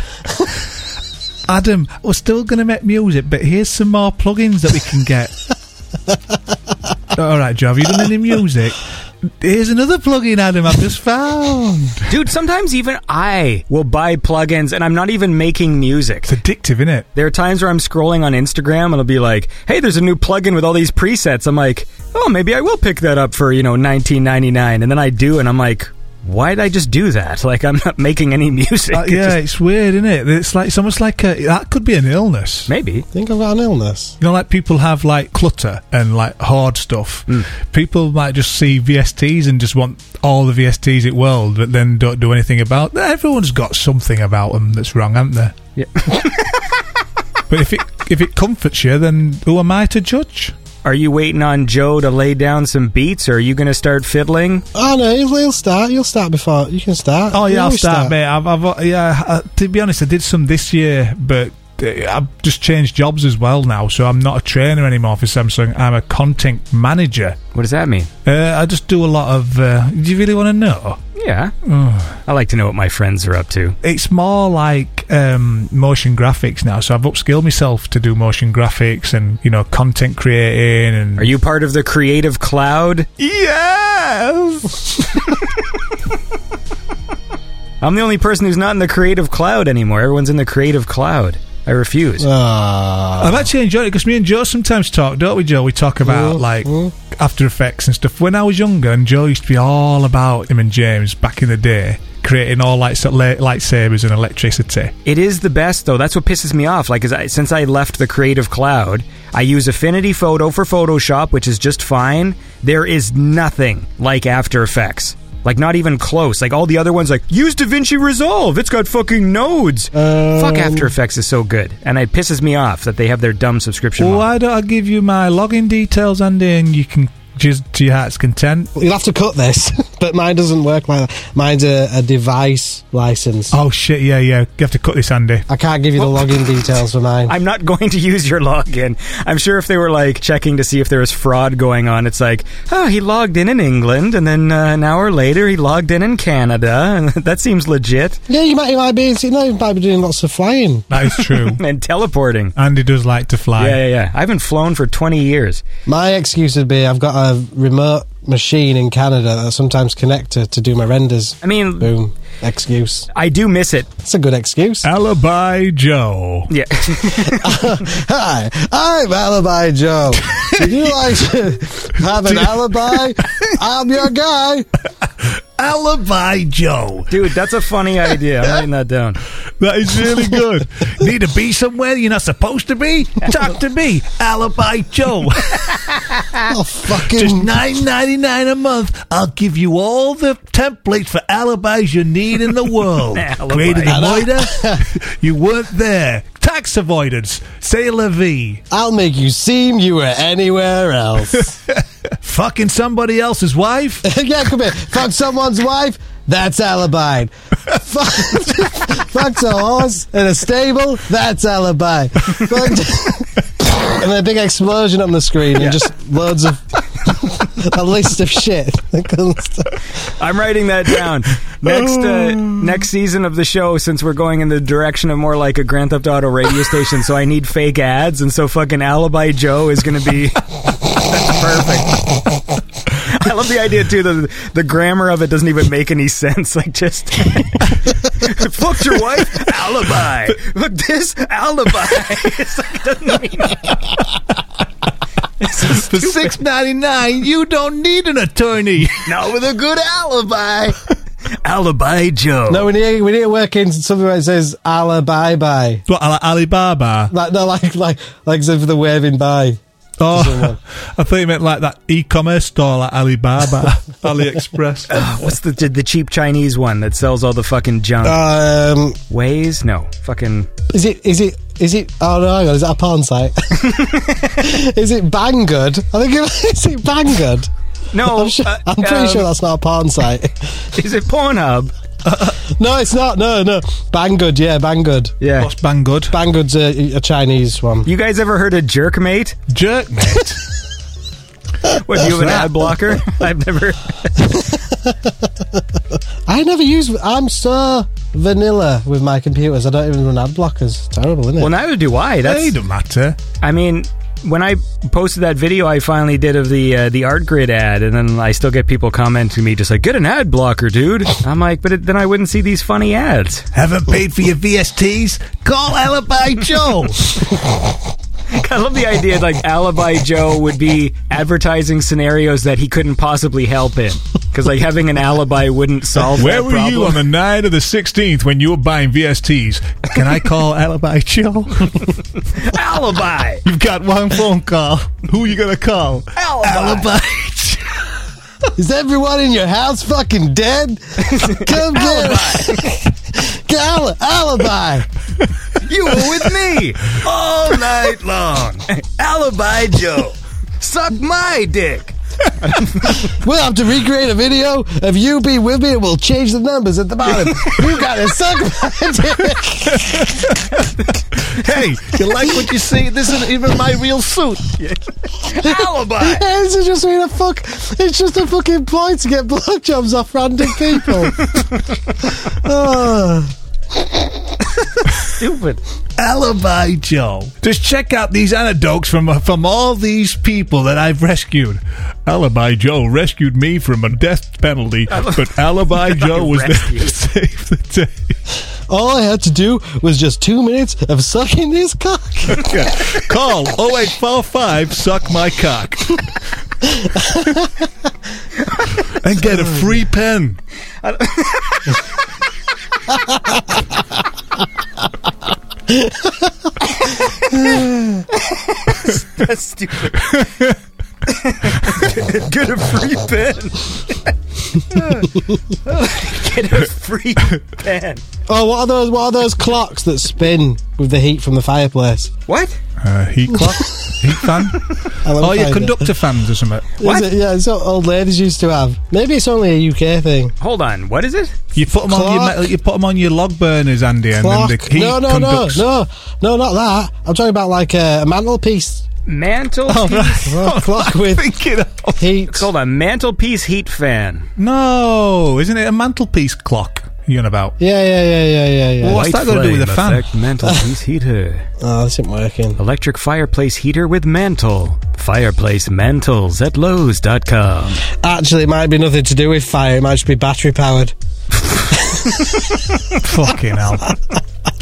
Speaker 2: yeah.
Speaker 3: studio.
Speaker 2: Adam, we're still going to make music, but here's some more plugins that we can get. All right, Joe, have you done any music? Here's another plugin, Adam, I've just found.
Speaker 1: Dude, sometimes even I will buy plugins and I'm not even making music.
Speaker 2: It's addictive, isn't it?
Speaker 1: There are times where I'm scrolling on Instagram and it'll be like, "Hey, there's a new plugin with all these presets." I'm like, "Oh, maybe I will pick that up for you know 19.99." And then I do, and I'm like, "Why did I just do that? Like, I'm not making any music."
Speaker 2: Uh,
Speaker 1: It
Speaker 2: yeah,
Speaker 1: just-
Speaker 2: it's weird, isn't it? It's like it's almost like a, that could be an illness.
Speaker 1: maybe.
Speaker 3: I think I've got an illness.
Speaker 2: You know, like people have like clutter and like hard stuff. People might just see VSTs and just want all the VSTs in the world, but then don't do anything about. Everyone's got something about them that's wrong, haven't they?
Speaker 1: Yeah.
Speaker 2: but if it if it comforts you, then who am I to judge?
Speaker 1: Are you waiting on Joe to lay down some beats, or are you going to start fiddling?
Speaker 3: Oh no, you'll, you'll start. You'll start before you can start.
Speaker 2: Oh
Speaker 3: You
Speaker 2: yeah, I'll
Speaker 3: always
Speaker 2: start, mate. I've, I've yeah. Uh, to be honest, I did some this year, but uh, I've just changed jobs as well now, so I'm not a trainer anymore for Samsung. I'm a content manager.
Speaker 1: What does that mean?
Speaker 2: Uh, I just do a lot of. Uh, do you really want to know?
Speaker 1: Yeah, I like to know what my friends are up to.
Speaker 2: It's more like um, motion graphics now, so I've upskilled myself to do motion graphics and you know content creating and.
Speaker 1: Are you part of the creative cloud?
Speaker 2: Yes.
Speaker 1: I'm the only person who's not in the creative cloud anymore. Everyone's in the creative cloud. I refuse.
Speaker 3: Ah.
Speaker 2: I've actually enjoyed it because me and Joe sometimes talk, don't we, Joe? We talk about like After Effects and stuff. When I was younger, and Joe used to be all about him and James back in the day, creating all lights, uh, light, lightsabers and electricity.
Speaker 1: It is the best though. That's what pisses me off. Like, is I, since I left the Creative Cloud, I use Affinity Photo for Photoshop, which is just fine. There is nothing like After Effects. Like, not even close. Like all the other ones, like use DaVinci Resolve. It's got fucking nodes. Fuck After Effects is so good, and it pisses me off that they have their dumb subscription. model.
Speaker 2: Why don't I give you my login details, Andy, and you can just to your heart's content?
Speaker 3: You'll have to cut this, but mine doesn't work like that. Mine's a, a device license.
Speaker 2: Oh shit! Yeah, yeah. You have to cut this, Andy.
Speaker 3: I can't give you the login details for mine.
Speaker 1: I'm not going to use your login. I'm sure if they were like checking to see if there was fraud going on, it's like, oh, he logged in in England, and then uh, an hour later he logged in in Canada, and that seems legit.
Speaker 3: yeah, you might, you might be, you know, you might be doing lots of flying.
Speaker 2: That is true.
Speaker 1: And teleporting.
Speaker 2: Andy does like to fly.
Speaker 1: Yeah, yeah, yeah. I haven't flown for 20 years.
Speaker 3: My excuse would be I've got a remote machine in Canada that I sometimes connect to to do my renders.
Speaker 1: I mean,
Speaker 3: Boom. Excuse.
Speaker 1: I do miss it.
Speaker 3: That's a good excuse.
Speaker 2: Alibi Joe.
Speaker 1: Yeah.
Speaker 3: Hi, I'm Alibi Joe. Would you like to have an alibi? I'm your guy.
Speaker 2: Alibi Joe.
Speaker 1: Dude, that's a funny idea. I'm writing that down.
Speaker 2: That is really good. Need to be somewhere you're not supposed to be? Talk to me, Alibi Joe.
Speaker 3: Oh, fucking.
Speaker 2: Just nine ninety nine a month. I'll give you all the templates for alibis you need in the world.
Speaker 1: Alibi.
Speaker 2: Created a moider. you weren't there. Tax avoidance. Say la vie.
Speaker 3: I'll make you seem you were anywhere else.
Speaker 2: Fucking somebody else's wife.
Speaker 3: yeah, come here. Fuck someone's wife. That's alibi. Fuck, fucked a horse in a stable. That's alibi. Fucked- and a big explosion on the screen and just loads of a list of shit.
Speaker 1: I'm writing that down. Next uh, next season of the show, since we're going in the direction of more like a Grand Theft Auto radio station, so I need fake ads, and so fucking Alibi Joe is going to be perfect. I love the idea too. The the grammar of it doesn't even make any sense. Like just fucked your wife, alibi. Fuck this, alibi. It's like it doesn't mean. It's so
Speaker 2: For
Speaker 1: stupid.
Speaker 2: six ninety nine, you don't need an attorney.
Speaker 1: Now with a good alibi. Alibi Joe.
Speaker 3: No, we need we need to work in something where it says alibi bye.
Speaker 2: What, Ali- Alibaba?
Speaker 3: Like no, like like like as if they're waving bye.
Speaker 2: Oh, I thought you meant like that e-commerce store, like Alibaba, AliExpress.
Speaker 1: What's the the cheap Chinese one that sells all the fucking junk?
Speaker 3: Um,
Speaker 1: Ways? No, fucking.
Speaker 3: is it is it is it? Oh no, hang on, is that a porn site? is it Banggood? I think it, is it Banggood.
Speaker 1: No,
Speaker 3: I'm, sure,
Speaker 1: uh,
Speaker 3: I'm pretty
Speaker 1: um,
Speaker 3: sure that's not a porn site.
Speaker 1: Is it Pornhub?
Speaker 3: no, it's not. No, no. Banggood, yeah, Banggood.
Speaker 1: Yeah.
Speaker 2: What's Banggood?
Speaker 3: Banggood's a, a Chinese one.
Speaker 1: You guys ever heard of jerk mate?
Speaker 2: Jerk, mate.
Speaker 1: What, do you have an ad blocker? I've never.
Speaker 3: I never use. I'm so vanilla with my computers. I don't even run ad blockers. Terrible, isn't it?
Speaker 1: Well, neither do I.
Speaker 2: they
Speaker 1: That's.
Speaker 2: don't matter.
Speaker 1: I mean, when I posted that video, I finally did of the uh, the Art Grid ad, and then I still get people commenting to me just like, "Get an ad blocker, dude." I'm like, but it, then I wouldn't see these funny ads.
Speaker 2: Haven't paid for your VSTs? Call Alibi Joe.
Speaker 1: I love the idea like Alibi Joe would be advertising scenarios that he couldn't possibly help in because like having an alibi wouldn't solve.
Speaker 2: Where
Speaker 1: that
Speaker 2: were
Speaker 1: problem.
Speaker 2: you on the night of the 16th when you were buying VSTs? Can I call Alibi Joe?
Speaker 1: alibi?
Speaker 2: You've got one phone call. Who are you going to call? Alibi Joe.
Speaker 3: Is everyone in your house fucking dead? Come get Gal- alibi.
Speaker 1: You were with me all night long. Alibi Joe, suck my dick.
Speaker 3: We'll have to recreate a video of you being with me, and we'll change the numbers at the bottom. you gotta suck my dick.
Speaker 2: Hey, you like what you see? This isn't even my real suit.
Speaker 1: Alibi.
Speaker 3: It's just being a fuck. It's just a fucking ploy to get blowjobs off random people. oh.
Speaker 1: Stupid.
Speaker 2: Alibi Joe. Just check out these anecdotes from uh, from all these people that I've rescued. Alibi Joe rescued me from a death penalty, but Alibi Joe was there to
Speaker 1: rescued.
Speaker 2: save the day.
Speaker 3: All I had to do was just two minutes of sucking this cock.
Speaker 2: Yeah. Call 0845 Suck My Cock. and get a free pen.
Speaker 1: That's stupid. Get a free pen. Get a free pen.
Speaker 3: Oh, what are those? What are those clocks that spin with the heat from the fireplace?
Speaker 1: What?
Speaker 2: Uh, heat clock? heat fan?
Speaker 3: I'll
Speaker 2: Oh, yeah,
Speaker 3: find it.
Speaker 2: conductor fans or something.
Speaker 1: What?
Speaker 3: Is it? Yeah, it's what old ladies used to have. Maybe it's only a UK thing.
Speaker 1: Hold on. What is it?
Speaker 2: You put them on your
Speaker 3: Clock.
Speaker 2: metal, you put 'em on your log burners, Andy, and
Speaker 3: Clock?
Speaker 2: then the heat
Speaker 3: no, no, no,
Speaker 2: conducts.
Speaker 3: no, no, not that. I'm talking about like uh, a, a mantelpiece.
Speaker 1: Mantelpiece.
Speaker 3: Oh, clock with
Speaker 2: Thinking of-
Speaker 3: heat.
Speaker 1: It's called a mantelpiece heat fan.
Speaker 2: No, isn't it a mantelpiece clock you're on about?
Speaker 3: Yeah, yeah, yeah, yeah, yeah, yeah.
Speaker 2: What? What's that gotta do with a fan?
Speaker 1: Effect mantelpiece heater.
Speaker 3: Oh, this isn't working.
Speaker 1: Electric fireplace heater with mantle. Fireplace mantles at Lowe's.com.
Speaker 3: Actually, it might be nothing to do with fire. It might just be battery powered.
Speaker 2: Fucking hell.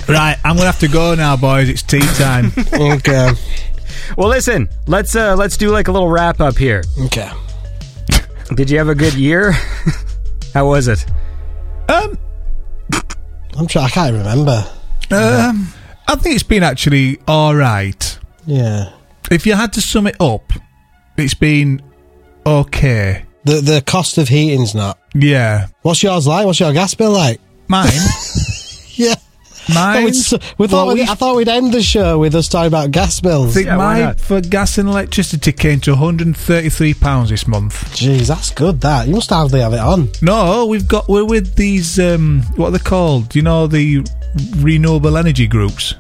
Speaker 2: Right, I'm gonna have to go now, boys. It's tea time.
Speaker 3: Okay,
Speaker 1: Well, listen. Let's uh, let's do like a little wrap up here.
Speaker 3: okay.
Speaker 1: Did you have a good year? How was it?
Speaker 2: um,
Speaker 3: I'm trying. I can't remember.
Speaker 2: um, I think it's been actually all right.
Speaker 3: Yeah.
Speaker 2: If you had to sum it up, it's been okay.
Speaker 3: The the cost of heating's not.
Speaker 2: Yeah,
Speaker 3: What's yours like? What's your gas bill like?
Speaker 2: mine,
Speaker 3: Yeah.
Speaker 2: mine.
Speaker 3: Thought we'd s- we thought
Speaker 2: well,
Speaker 3: we'd- I thought we'd end the show with us talking about gas bills.
Speaker 2: think
Speaker 1: Yeah, why
Speaker 2: mine
Speaker 1: not?
Speaker 2: for gas and electricity came to 133 pounds this month.
Speaker 3: Jeez, that's good. That you must have they have it on.
Speaker 2: No, we've got we're with these um, what are they called? You know the renewable energy groups.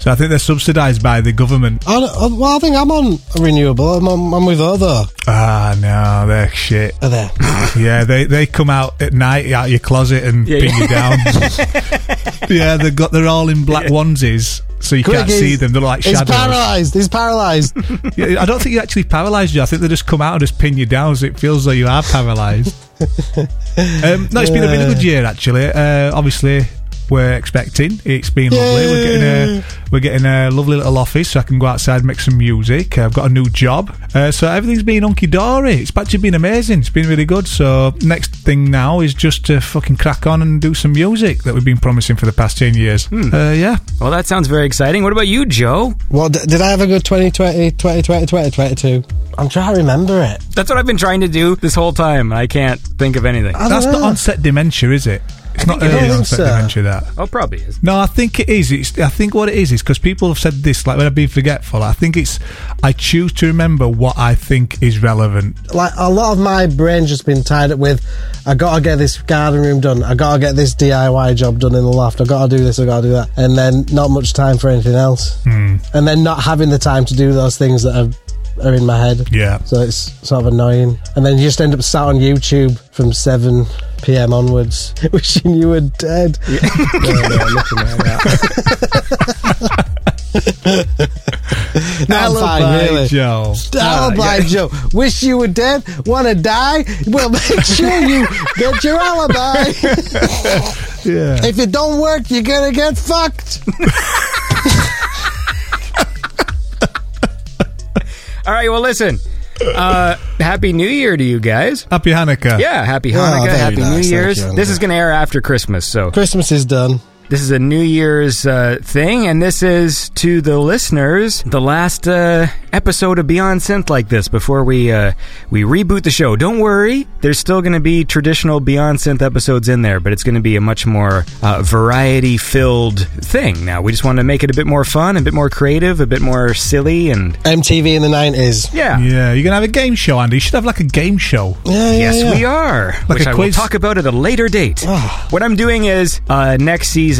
Speaker 2: So I think they're subsidised by the government.
Speaker 3: I don't- uh, well, I think I'm on renewable. I'm, on, I'm with other.
Speaker 2: Ah, no, they're shit.
Speaker 3: Are there?
Speaker 2: Yeah, they, they come out at night out of your closet and
Speaker 1: Yeah,
Speaker 2: pin you down. yeah, they got they're all in black onesies, so you can't
Speaker 3: he's-
Speaker 2: see them. They're like
Speaker 3: He's
Speaker 2: shadows.
Speaker 3: paralysed. He's paralysed.
Speaker 2: Yeah, I don't think you actually paralysed you. I think they just come out and just pin you down, so it feels like you are paralysed. um, no, it's been a really good year actually. Uh, obviously, we're expecting. It's been lovely. We're getting a we're getting a lovely little office, so I can go outside and make some music. I've got a new job, uh, so everything's been hunky dory. It's actually been amazing. It's been really good. So next thing now is just to fucking crack on and do some music that we've been promising for the past ten years.
Speaker 3: Hmm.
Speaker 2: Uh, yeah,
Speaker 1: Well, that sounds very exciting. What about you, Joe?
Speaker 3: Well, d- did I have a good 2020, 2020, 2022? I'm trying to remember it.
Speaker 1: That's what I've been trying to do this whole time. I can't think of anything.
Speaker 2: Uh,
Speaker 3: I don't
Speaker 2: that's
Speaker 3: know.
Speaker 2: not onset dementia, is it? It's not
Speaker 3: it
Speaker 2: early
Speaker 3: is.
Speaker 2: onset
Speaker 3: uh, I think so.
Speaker 2: dementia. That
Speaker 1: Oh, probably is.
Speaker 2: no, I think it is. It's, I think what it is is because people have said this, like when I've been forgetful. I think it's I choose to remember what I think is relevant.
Speaker 3: like a lot of my brain's just been tied up with I gotta get this garden room done, I gotta get this DIY job done in the loft, I gotta do this, I gotta do that, and then not much time for anything else, and then not having the time to do those things that are, are in my head.
Speaker 2: Yeah.
Speaker 3: So it's sort of annoying, and then you just end up sat on YouTube from seven p.m. onwards, wishing you were dead. No, no, nothing like that. No, I'm fine,
Speaker 2: Alibi
Speaker 3: really.
Speaker 2: Joe.
Speaker 3: Alibi Joe. Oh, Wish you were dead. Want to die? Well, make sure you get your alibi.
Speaker 2: Yeah.
Speaker 3: if it don't work, you're gonna get fucked.
Speaker 1: All right. Well, listen. Uh, happy New Year to you guys.
Speaker 2: Happy Hanukkah.
Speaker 1: Yeah, happy
Speaker 3: Oh,
Speaker 1: Hanukkah,
Speaker 3: very
Speaker 1: happy
Speaker 3: nice,
Speaker 1: New
Speaker 3: thank
Speaker 1: Year's.
Speaker 3: you,
Speaker 1: this
Speaker 3: Andrew.
Speaker 1: is going to air after Christmas, so
Speaker 3: Christmas is done.
Speaker 1: this is a New Year's uh, thing, and this is to the listeners the last uh, episode of Beyond Synth like this before we uh, we reboot the show. Don't worry, there's still going to be traditional Beyond Synth episodes in there, but it's going to be a much more uh, variety filled thing. Now we just want to make it a bit more fun, a bit more creative, a bit more silly, and
Speaker 3: MTV in the nineties.
Speaker 1: yeah.
Speaker 2: Yeah, you're gonna have a game show, Andy. You should have like a game show.
Speaker 3: Yeah, yeah,
Speaker 1: Yes,
Speaker 3: yeah.
Speaker 1: we are.
Speaker 2: Like
Speaker 1: which
Speaker 2: a
Speaker 1: I
Speaker 2: quiz?
Speaker 1: will talk about at a later date. what I'm doing is uh, next season.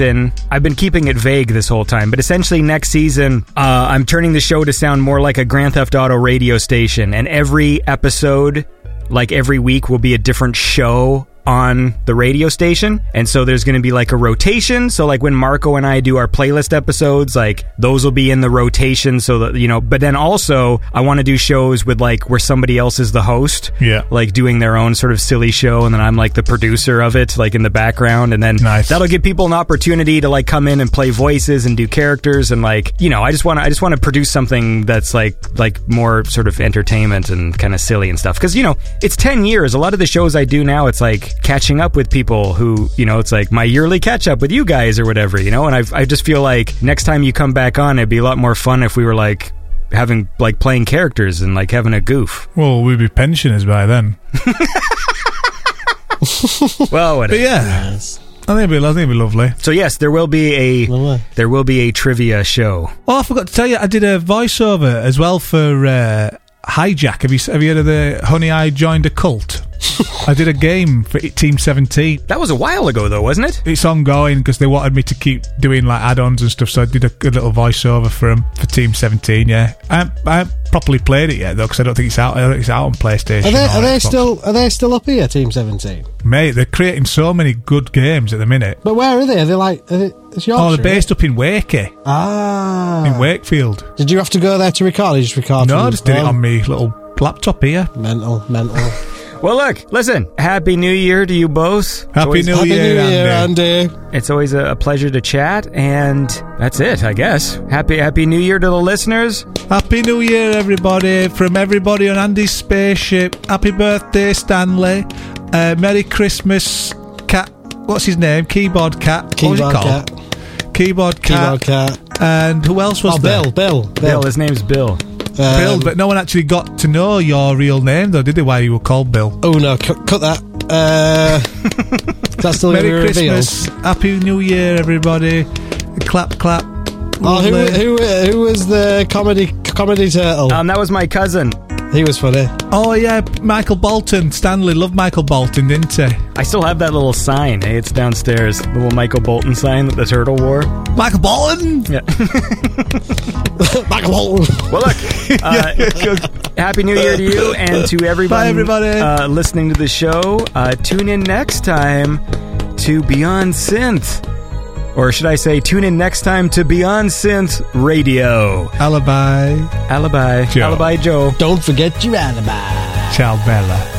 Speaker 1: I've been keeping it vague this whole time, but essentially next season, uh, I'm turning the show to sound more like a Grand Theft Auto radio station, and every episode, like every week, will be a different show. On the radio station, and so there's going to be like a rotation. So like when Marco and I do our playlist episodes, like those will be in the rotation. So that you know, but then also I want to do shows with like where somebody else is the host,
Speaker 2: Yeah.
Speaker 1: like doing their own sort of silly show and then I'm like the producer of it like in the background and then
Speaker 2: Nice.
Speaker 1: that'll give people an opportunity to like come in and play voices and do characters and like you know I just want to I just want to produce something that's like like more sort of entertainment and kind of silly and stuff cuz you know it's 10 years a lot of the shows I do now it's like catching up with people who you know it's like my yearly catch up with you guys or whatever you know and I I just feel like next time you come back on it'd be a lot more fun if we were like having like playing characters and like having a goof
Speaker 2: Well, we'd be pensioners by then.
Speaker 1: well whatever.
Speaker 2: But yeah, I think it'd be, I think it'd be lovely.
Speaker 1: So yes, there will be a
Speaker 3: Lovely.
Speaker 1: there will be a trivia show.
Speaker 2: Oh, I forgot to tell you, I did a voiceover as well for uh, Hijack. Have you have you heard of the Honey? I joined a cult. I did a game for Team Seventeen.
Speaker 1: That was a while ago though, wasn't it?
Speaker 2: It's ongoing because they wanted me to keep doing like add-ons and stuff, so I did a, a little voiceover for 'em for Team Seventeen. Yeah, I haven't, I haven't properly played it yet though because I don't think it's out. I don't think it's out on PlayStation.
Speaker 3: Are they,
Speaker 2: or
Speaker 3: are they
Speaker 2: Xbox.
Speaker 3: still are they still up here, Team Seventeen?
Speaker 2: Mate, they're creating so many good games at the minute.
Speaker 3: But where are they? Are they like are they, it's Yorkshire?
Speaker 2: Oh, they're
Speaker 3: isn't it?
Speaker 2: based up in Wakey, in
Speaker 3: Ah.
Speaker 2: Wakefield.
Speaker 3: Did you have to go there to record? Or you just record?
Speaker 2: No,
Speaker 3: from
Speaker 2: I just did it
Speaker 3: home?
Speaker 2: on me little laptop here.
Speaker 3: Mental, mental.
Speaker 1: Well, look, listen. Happy New Year to you both. It's
Speaker 2: Happy
Speaker 1: always,
Speaker 2: New-
Speaker 3: Happy New
Speaker 2: Year,
Speaker 3: Year,
Speaker 2: Andy.
Speaker 3: Andy.
Speaker 1: It's always a, a pleasure to chat, and that's it, I guess. Happy Happy New Year to the listeners.
Speaker 2: Happy New Year, everybody, from everybody on Andy's spaceship. Happy birthday, Stanley. Uh, Merry Christmas, Cat. What's his name? Keyboard Cat. what was
Speaker 3: Keyboard
Speaker 2: he called?
Speaker 3: cat.
Speaker 2: Keyboard Cat.
Speaker 3: Keyboard cat.
Speaker 2: And who else was
Speaker 3: Oh,
Speaker 2: there?
Speaker 3: Bill, Um, Bill,
Speaker 1: Bill,
Speaker 3: Bill.
Speaker 1: his name's Bill.
Speaker 2: Bill, but no one actually got to know your real name, though, did they? Why you were called Bill?
Speaker 3: Oh no, cut, cut that. Uh, that's still going to be
Speaker 2: Merry
Speaker 3: revealed.
Speaker 2: Christmas. Happy New Year, everybody. Clap, clap.
Speaker 3: Oh, who,
Speaker 2: Lovely.
Speaker 3: who, who was the comedy comedy turtle?
Speaker 2: Uh,
Speaker 1: Um, that was my cousin.
Speaker 3: he was funny.
Speaker 2: Oh, yeah, Michael Bolton. Stanley loved Michael Bolton, didn't he?
Speaker 1: I still have that little sign. Hey, it's downstairs. The little Michael Bolton sign that the turtle wore.
Speaker 2: Michael Bolton?
Speaker 1: Yeah.
Speaker 3: Back of all.
Speaker 1: Well, look. Uh, happy New Year to you and to everybody,
Speaker 2: Bye, everybody.
Speaker 1: Uh, listening to the show. Uh, tune in next time to Beyond Synth, or should I say, tune in next time to Beyond Synth Radio.
Speaker 2: Alibi.
Speaker 1: Alibi,
Speaker 2: Joe.
Speaker 1: Alibi Joe.
Speaker 3: Don't forget your alibi.
Speaker 2: Ciao, Bella.